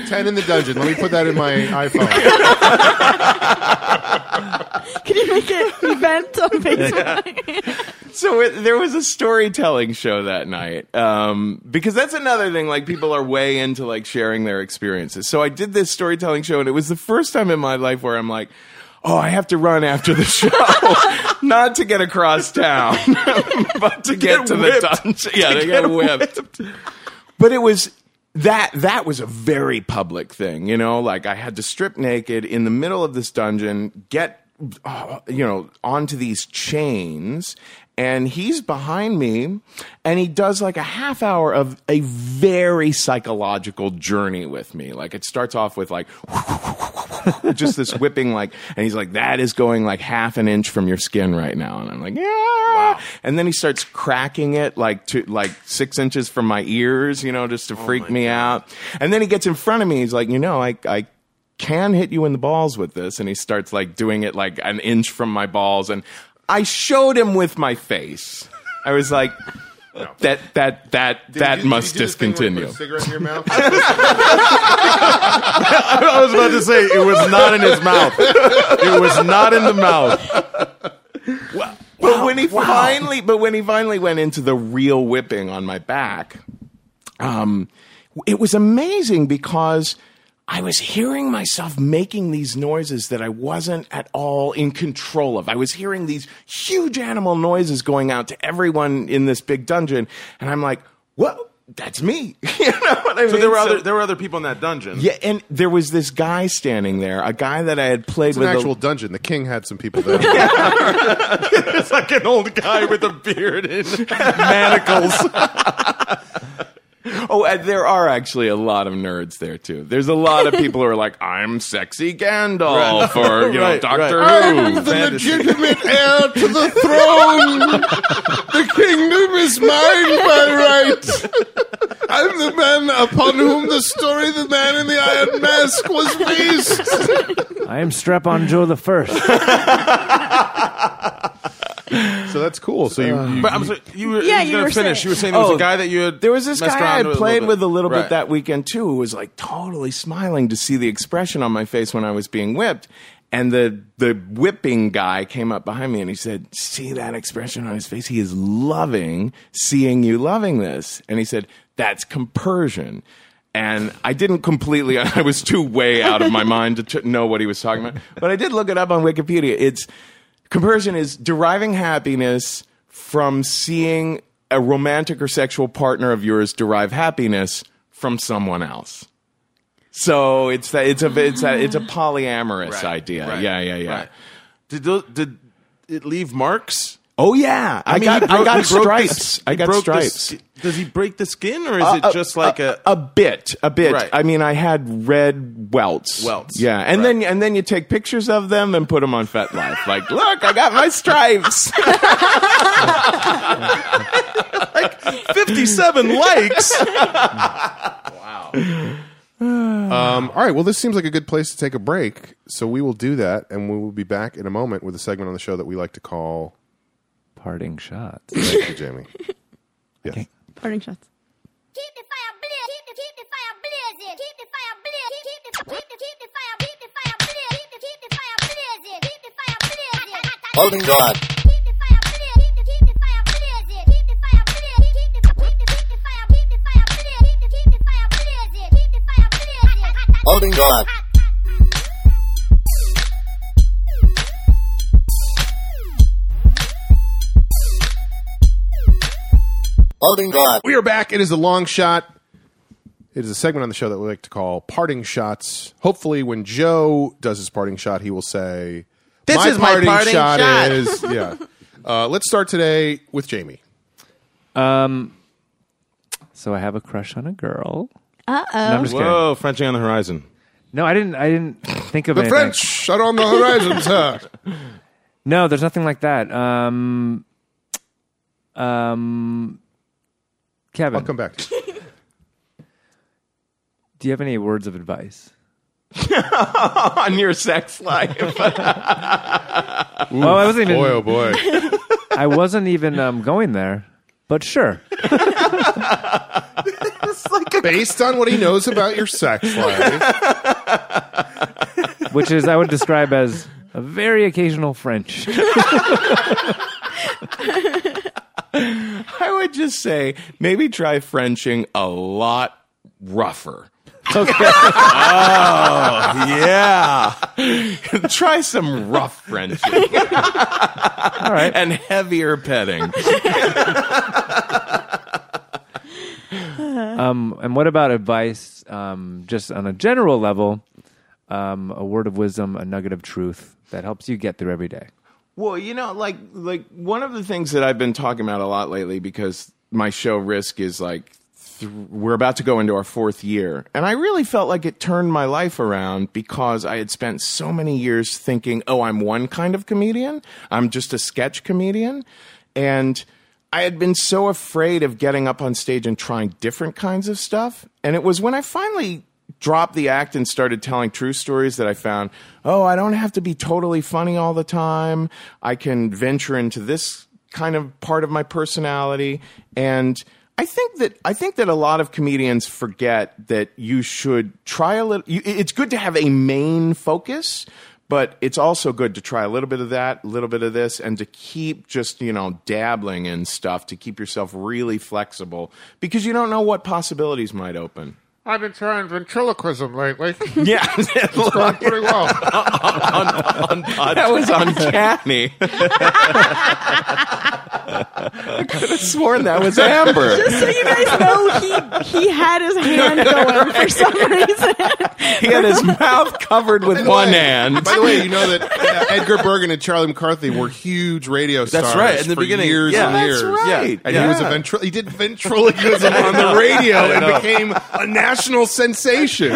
B: Ten in the dungeon. Let me put that in my iPhone.
E: wrong. Can you make an event
B: *laughs*
E: on Facebook?
C: so it, there was a storytelling show that night um, because that's another thing like people are way into like sharing their experiences so i did this storytelling show and it was the first time in my life where i'm like oh i have to run after the show *laughs* not to get across town *laughs* but to get, to the dungeon yeah *laughs* to get whipped but it was that that was a very public thing you know like i had to strip naked in the middle of this dungeon get uh, you know onto these chains and he's behind me and he does like a half hour of a very psychological journey with me like it starts off with like just this whipping like and he's like that is going like half an inch from your skin right now and i'm like yeah and then he starts cracking it like to like six inches from my ears you know
F: Oh
C: just to freak me out and then he gets in front of me he's like you know i i can hit you in the balls with this and he starts like doing it like an inch from my balls and i showed him with my face i was like that that that that must discontinue
B: cigarette in your mouth.
F: I was about to say it was not in his mouth. It was not in the mouth. But when he finally, but when he finally went into the real whipping on my back, um, it was amazing because I was hearing myself making these noises that I wasn't at all in control of. I was hearing these huge animal noises going out to everyone in this big dungeon, and I'm like, "Whoa, that's me!" *laughs* you know what I mean?
C: So there were
F: So-
C: other there were other people in that dungeon.
F: yeah, and there was this guy standing there, a guy that I had
B: It's
F: played
B: an
F: with. a-
B: actual dungeon. The king had some people there.
C: it's *laughs* like an old guy with a beard
F: *laughs*
C: and manacles.
F: Oh, and there are actually a lot of nerds there too. There's a lot of people who are like, "I'm sexy Gandalf," or
B: *laughs*
F: you know,
C: Right,
F: Doctor
B: I'm
F: Who.
B: Oh, the
C: fantasy.
B: *laughs* legitimate heir to the throne. the kingdom is mine by right. I'm the man upon whom the story of the man in the iron mask was based.
D: I am strap on Joe the first.
B: So that's cool. So you, you
C: But I'm sorry, you were,
E: Yeah,
C: you
E: you
C: were
E: were
C: finished.
E: saying-
C: You were saying there was
F: Oh,
C: a guy that you had.
F: There was this
C: messed
F: guy I
C: around
F: had played with a little bit
C: Right.
F: that weekend too, who was like totally smiling to see the expression on my face when I was being whipped. And the the whipping guy came up behind me and he said, "See that expression on his face? He is loving seeing you loving this." And he said, "That's compersion." And I didn't completely. *laughs* I was too way out of my mind to t- know what he was talking about. But I did look it up on Wikipedia. It's Compersion is deriving happiness from seeing a romantic or sexual partner of yours derive happiness from someone else. So it's that it's a it's a it's a polyamorous
C: Right,
F: idea.
C: right,
F: yeah, yeah, yeah.
C: right. Did those, did it leave marks?
F: Oh yeah, I,
C: mean,
F: got
C: he broke-
F: I
C: he
F: got
C: broke the
F: stripes.
C: sk-
F: I
C: he
F: got
C: broke the
F: stripes.
C: sk- does he break the skin, or is
F: Uh,
C: it just like a?
F: a bit, a bit.
C: Right.
F: I mean, I had red welts,
C: Welts.
F: Yeah, and
C: Right.
F: then and then you take pictures of them and put them on FetLife. like, look, I got my stripes.
C: Fifty-seven likes.
B: Um, all right. Well, this seems like a good place to take a break. So we will do that, and we will be back in a moment with a segment on the show that we like to call.
D: Parting shots.
B: Thank you, Jamie. Yes.
E: Parting shots.
J: Keep the fire blazing. Keep the keep the fire blazing. Keep the fire blazing. Keep the keep the keep the fire keep the fire blazing. Keep the keep the fire blazing. Keep the fire blazing. Holding God. Keep the fire blazing. Keep the keep the fire blazing. Keep the fire blazing. Keep the keep the keep the fire keep the fire blazing. Keep the keep the fire blazing. Keep the fire blazing. Holding God.
B: We are back. It is a long shot. It is a segment on the show that we like to call parting shots. Hopefully, when Joe does his parting shot, he will say,
C: This is my parting shot."
B: is yeah." Uh, let's start today with Jamie.
D: So I have a crush on a girl.
E: Uh
D: No, I'm
E: oh.
D: just kidding.
C: Whoa, Frenchie on the horizon.
D: No, I didn't. I didn't think of
B: The
D: anything.
B: French are on the horizon, *laughs* sir.
D: No, there's nothing like that. Um, um, Kevin,
B: I'll come back. to you.
D: do you have any words of advice?
F: on your sex life.
D: oh, I wasn't even.
B: Boy, oh boy.
D: *laughs* I wasn't even um, going there. But sure.
B: Based on what he knows about your
F: *laughs*
B: sex life,
D: which is I would describe as a very occasional French. *laughs*
F: I would just say maybe try Frenching a lot rougher.
D: Okay.
F: Yeah. *laughs* try some rough Frenching. *laughs* All right. And heavier petting.
D: Um, and what about advice, um, just on a general level, um, a word of wisdom, a nugget of truth that helps you get through every day?
F: Well, you know, like like one of the things that I've been talking about a lot lately because my show Risk is like th- we're about to go into our fourth year, and I really felt like it turned my life around because I had spent so many years thinking, "Oh, I'm one kind of comedian. I'm just a sketch comedian," and I had been so afraid of getting up on stage and trying different kinds of stuff. And it was when I finally dropped the act and started telling true stories that I found, oh, I don't have to be totally funny all the time. I can venture into this kind of part of my personality. And I think that I think that a lot of comedians forget that you should try a little. You, it's good to have a main focus, But it's also good to try a little bit of that, a little bit of this, and to keep just, you know, dabbling in stuff to keep yourself really flexible because you don't know what possibilities might open.
A: I've been trying ventriloquism lately.
F: *laughs* Yeah.
A: Going pretty well.
F: that was *laughs* uncanny. I could have sworn that was *laughs* Amber.
E: Just so you guys know, he he had his hand going for some reason.
F: He had his mouth covered with one hand.
B: By the way, you know that uh, Edgar Bergen and Charlie McCarthy were huge radio stars.
C: right, in the
B: for
C: beginning.
B: years
C: Yeah.
B: and
C: That's
B: years.
C: right.
B: And
C: Yeah.
B: he was a ventri- he did
C: *laughs*
B: ventriloquism on the radio and became a national sensation.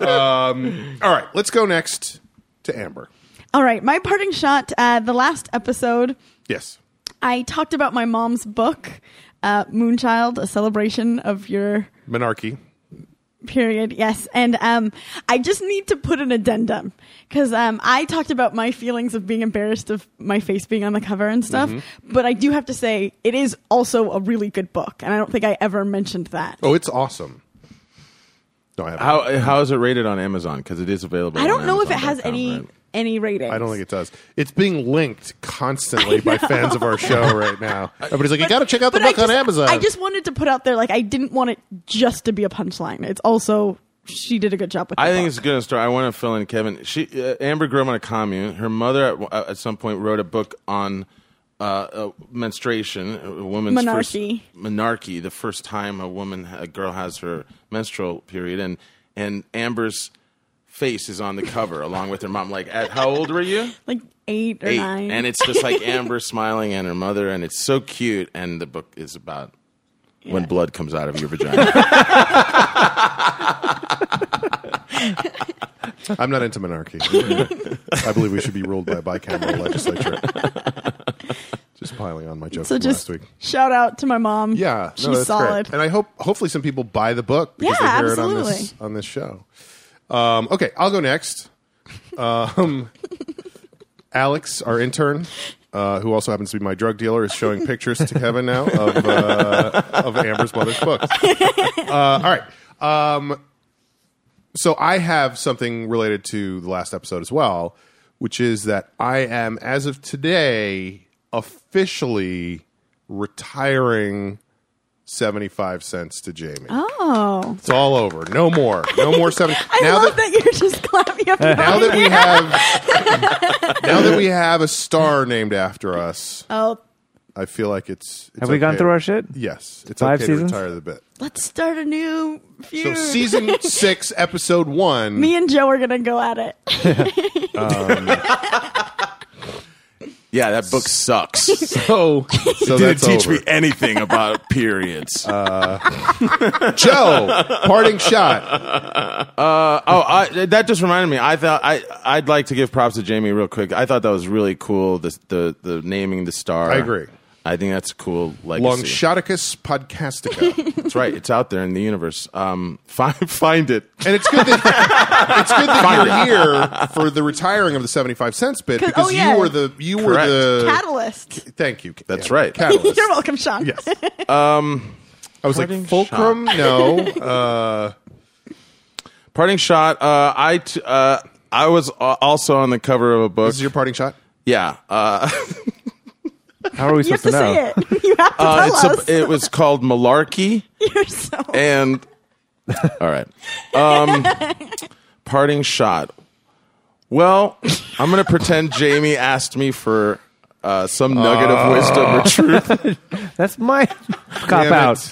B: um, all right, let's go next to Amber.
E: All right, my parting shot. Uh, the last episode,
B: Yes.
E: I talked about my mom's book, uh, Moonchild: A Celebration of Your
B: Monarchy.
E: period yes and um i just need to put an addendum because um i talked about my feelings of being embarrassed of my face being on the cover and stuff
B: Mm-hmm.
E: but i do have to say it is also a really good book and i don't think i ever mentioned that
B: Oh, it's awesome. No, I haven't.
C: How how is it rated on Amazon? Because it is available.
E: i
C: on
E: don't know if it
C: Amazon.com,
E: has any
C: right?
E: any rating
B: I don't think it does. It's being linked constantly by fans of our show right
C: *laughs*
B: now. Everybody's like, you got to check out the
E: But I
B: book on
E: just-
B: Amazon.
E: I just wanted to put out there, like, I didn't want it just to be a punchline. It's also she did a good job with.
C: I
E: the
C: think
E: book.
C: it's a good story. I want to fill in Kevin. She uh, Amber grew up on a commune. Her mother at, at some point wrote a book on uh, uh, menstruation, a woman's
E: Menarche.
C: first monarchy, the first time a woman, a girl has her menstrual period, and and Amber's face is on the cover along with her mom. Like, at, how old were you?
E: like eight or
C: Eight.
E: nine,
C: And it's just like
E: *laughs*
C: Amber smiling and her mother, and it's so cute. And the book is about. When blood comes out of your
E: *laughs*
C: vagina,
B: I'm not into monarchy. I believe we should be ruled by a bicameral legislature.
E: *laughs*
B: Just piling on my jokes
E: so
B: from
E: just
B: last week.
E: shout out to my mom.
B: Yeah,
E: she's
B: no, that's great.
E: solid.
B: And I hope hopefully some people buy the book because
E: Yeah,
B: they hear it on this
E: absolutely.
B: on this show. Um, okay, I'll go next. Um, *laughs* Alex, our intern, uh, who also happens to be my drug dealer, is showing pictures to Kevin now of uh, of Amber's mother's
E: *laughs*
B: books. Uh, all right. Um, so I have something related to the last episode as well, which is that I am, as of today, officially retiring 75 cents to Jamie.
E: Oh,
B: It's all over. No more. No
E: *laughs*
B: more 70.
E: I love that, you're just *laughs* clapping. You have no
B: *laughs* now that we
E: *laughs* idea.
B: have now that we have a star named after us,
E: oh,
B: I feel like it's, it's
D: Have we gone
B: okay.
D: through our shit?
B: Yes, it's
D: Five
B: okay
D: seasons?
B: to retire the bit.
E: let's start a new
B: So
E: feud.
B: season 6 episode 1
E: Me and Joe are gonna go at it.
F: Yeah, that book
E: *laughs*
F: sucks.
B: so so
D: *laughs*
F: Didn't
B: that's
F: teach
B: over.
F: me anything about *laughs* periods.
C: Uh,
B: Joe,
D: *laughs*
B: parting shot.
C: Oh, I, that just reminded me. I thought I I'd like to give props to Jamie real quick. I thought that was really cool. The the the naming the star.
B: I agree.
C: I think that's a cool legacy.
B: Longshoticus podcastica.
C: That's right. It's out there in the universe. Um, *laughs* find find it.
B: And it's good that it's good that you're here for the retiring of the 75 cents bit
E: *laughs* 'Cause-
B: because
E: oh, yeah.
B: you were the you were
C: Correct.
B: the
E: Catalyst.
B: Thank you.
C: That's
B: Yeah.
C: right.
B: Catalyst.
E: *laughs* You're welcome, Sean.
B: Yes.
E: *laughs*
B: Um, I was like
C: parting
B: fulcrum. *laughs* No, uh,
C: Parting shot. Uh, I t- uh, I was a- also on the cover of a book.
B: this is your parting shot.
C: yeah. Uh, *laughs*
D: How are we
E: You have
D: supposed
E: to
D: know?
E: say it. *laughs* You have to
C: uh,
E: tell
C: it's a-
E: us.
C: it was called Malarkey.
E: *laughs* You're so.
C: And all right. Um, parting shot. Well, I'm going to pretend Jamie asked me for uh, some nugget of wisdom
B: Uh.
C: or truth.
D: That's my *laughs* cop
B: Damn it.
D: out.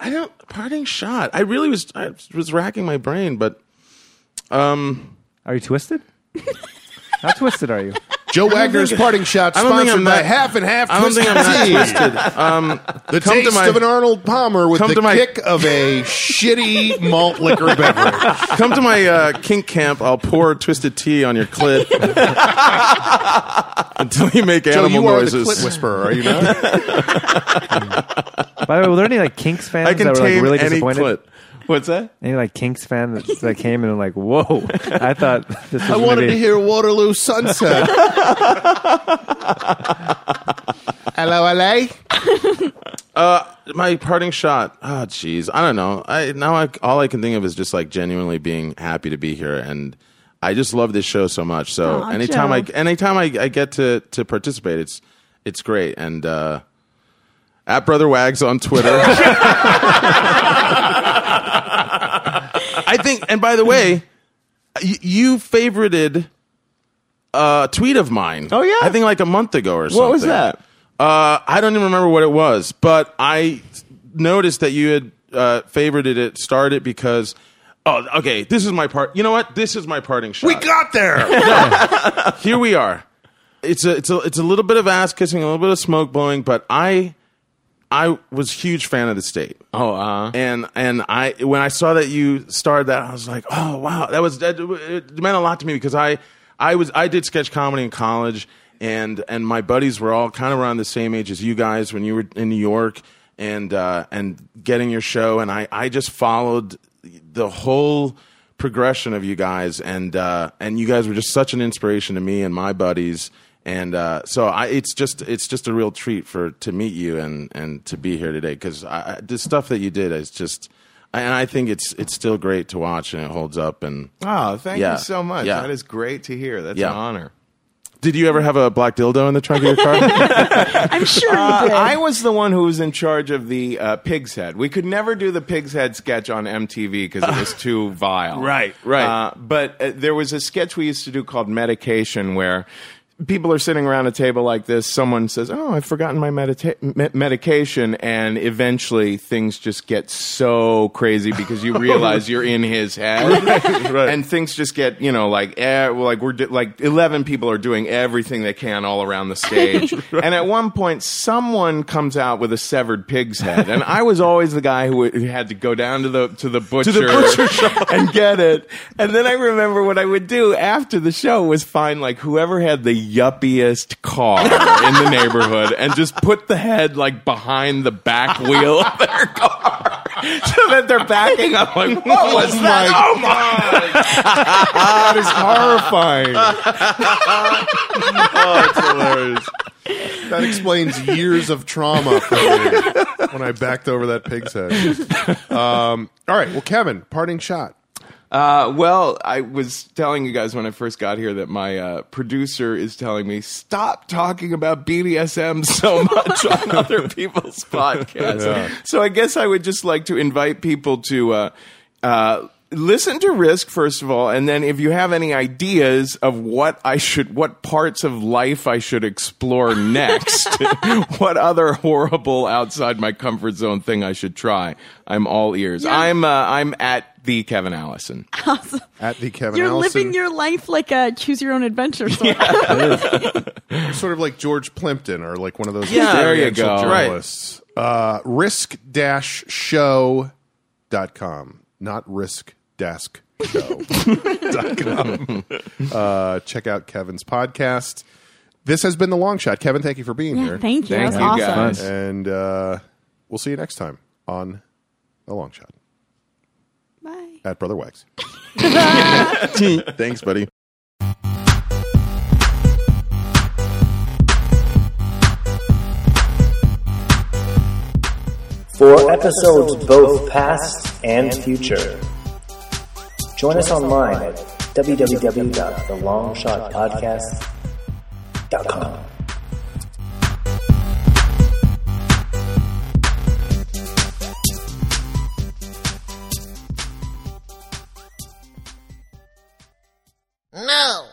C: I don't parting shot. I really was I was racking my brain, but
D: Are you twisted? *laughs* How twisted are you?
B: Joe *laughs* Wagner's parting shot,
C: I don't think I'm
B: sponsored by
C: that-
B: Half and Half.
C: I don't think I'm not
B: Twisted Tea.
C: twisted. Um,
B: The
C: Come to
B: taste
C: my-
B: of an Arnold Palmer with
C: Come
B: the
C: to my-
B: kick of a shitty malt
C: *laughs*
B: liquor beverage.
C: come to my uh, kink camp. I'll pour twisted tea on your clit *laughs* until you make
B: Joe,
C: animal
B: you are the
C: noises.
B: clit whisperer, are you
C: *laughs*
B: not?
D: By the way, were there any like Kinks fans
C: I can
D: that were
C: tame
D: like really
C: any
D: disappointed?
C: clit. What's that?
D: Any like Kinks fan that, that came and were like, "Whoa!" I thought this was
B: I wanted
D: gonna
B: to
D: be-
B: hear Waterloo *laughs* Sunset. Hello, LA.
C: my parting shot. Ah, jeez, I don't know. I now I, all I can think of is just like genuinely being happy to be here, and I just love this show so much. So
E: Aw,
C: anytime
E: Joe.
C: I anytime I, I get to to participate, it's it's great. And uh, at Brother Wags on
F: *laughs*
C: Twitter. I think. And by the way, you, you favorited a tweet of mine.
F: Oh, yeah?
C: I think like a month ago or something.
F: What was that?
C: Uh, I don't even remember what it was, but I noticed that you had uh, favorited it, started it because. Oh, okay. This is my part. You know what? This is my parting shot.
G: We got
C: *laughs*
G: there.
C: Here we are. It's a it's a it's a little bit of ass kissing, a little bit of smoke blowing, but I I was huge fan of the state.
F: Oh, uh
C: and and I when I saw that you started that, I was like, oh wow, that was that, it meant a lot to me because I I was I did sketch comedy in college, and and my buddies were all kind of around the same age as you guys when you were in New York and uh, and getting your show, and I I just followed the whole progression of you guys, and uh, and you guys were just such an inspiration to me and my buddies. And uh, so I, it's just it's just a real treat for to meet you and and to be here today because the stuff that you did is just and I think it's it's still great to watch and it holds up. And
F: Oh, thank
C: Yeah.
F: you so much.
C: Yeah.
F: That is great to hear. That's
C: Yeah.
F: an honor.
C: did you ever have a black dildo in the trunk of your car?
E: I'm sure
F: Uh,
E: you did.
F: I was the one who was in charge of the uh, pig's head. We could never do the pig's head sketch on MTV because it was too vile.
C: Right, right.
F: Uh, but uh, there was *laughs* a sketch we used to do called Medication where people are sitting around a table like this. Someone says, Oh, I've forgotten my medita- me- medication. And eventually things just get so crazy because *laughs* you realize you're in his *laughs* head. And things just get, you know, like, eh, well, like we're, do- like 11 people are doing everything they can all around the *laughs* stage. And at one point, someone comes out with a severed pig's head. And I was always the guy who, who had to go down to the, to the butcher,
C: butcher
F: and get it. And then I remember what I would do after the show was find like whoever had the yuppiest car in the neighborhood and just put the head like behind the back wheel *laughs* of their car so *laughs* that they're backing up like what was that? oh my
B: That is horrifying. That explains years of trauma for me when I backed over that pig's head. Um, all right, well, Kevin, parting shot.
F: Uh, well, I was telling you guys when I first got here that my uh, producer is telling me stop talking about BDSM so *laughs* much on other people's podcasts. So I guess I would just like to invite people to. Uh, uh, Listen to Risk first of all, and then if you have any ideas of what I should, what parts of life I should explore next, *laughs* what other horrible outside my comfort zone thing I should try, I'm all ears. I'm uh, I'm at the Kevin Allison.
B: At the Kevin
E: You're
B: Allison,
E: living your life like a choose your own
B: *laughs*
E: adventure. sort of.
B: sort of like George Plimpton or like one of those
F: Yeah, there you
B: experiential
F: go. Right.
B: journalists. Uh, risk-show.com, not risk desk
F: *laughs*
B: show.com. uh, check out Kevin's podcast. This has been The Long Shot. Kevin, thank you for being
E: yeah,
B: here.
E: thank you.
F: Thank
E: that was
F: you,
E: awesome.
F: guys.
B: And uh, we'll see you next time on The Long Shot
E: Bye.
B: at Brother Wags. Thanks, buddy.
K: for episodes both past and future. Join us online at www.thelongshotpodcast.com.
J: No.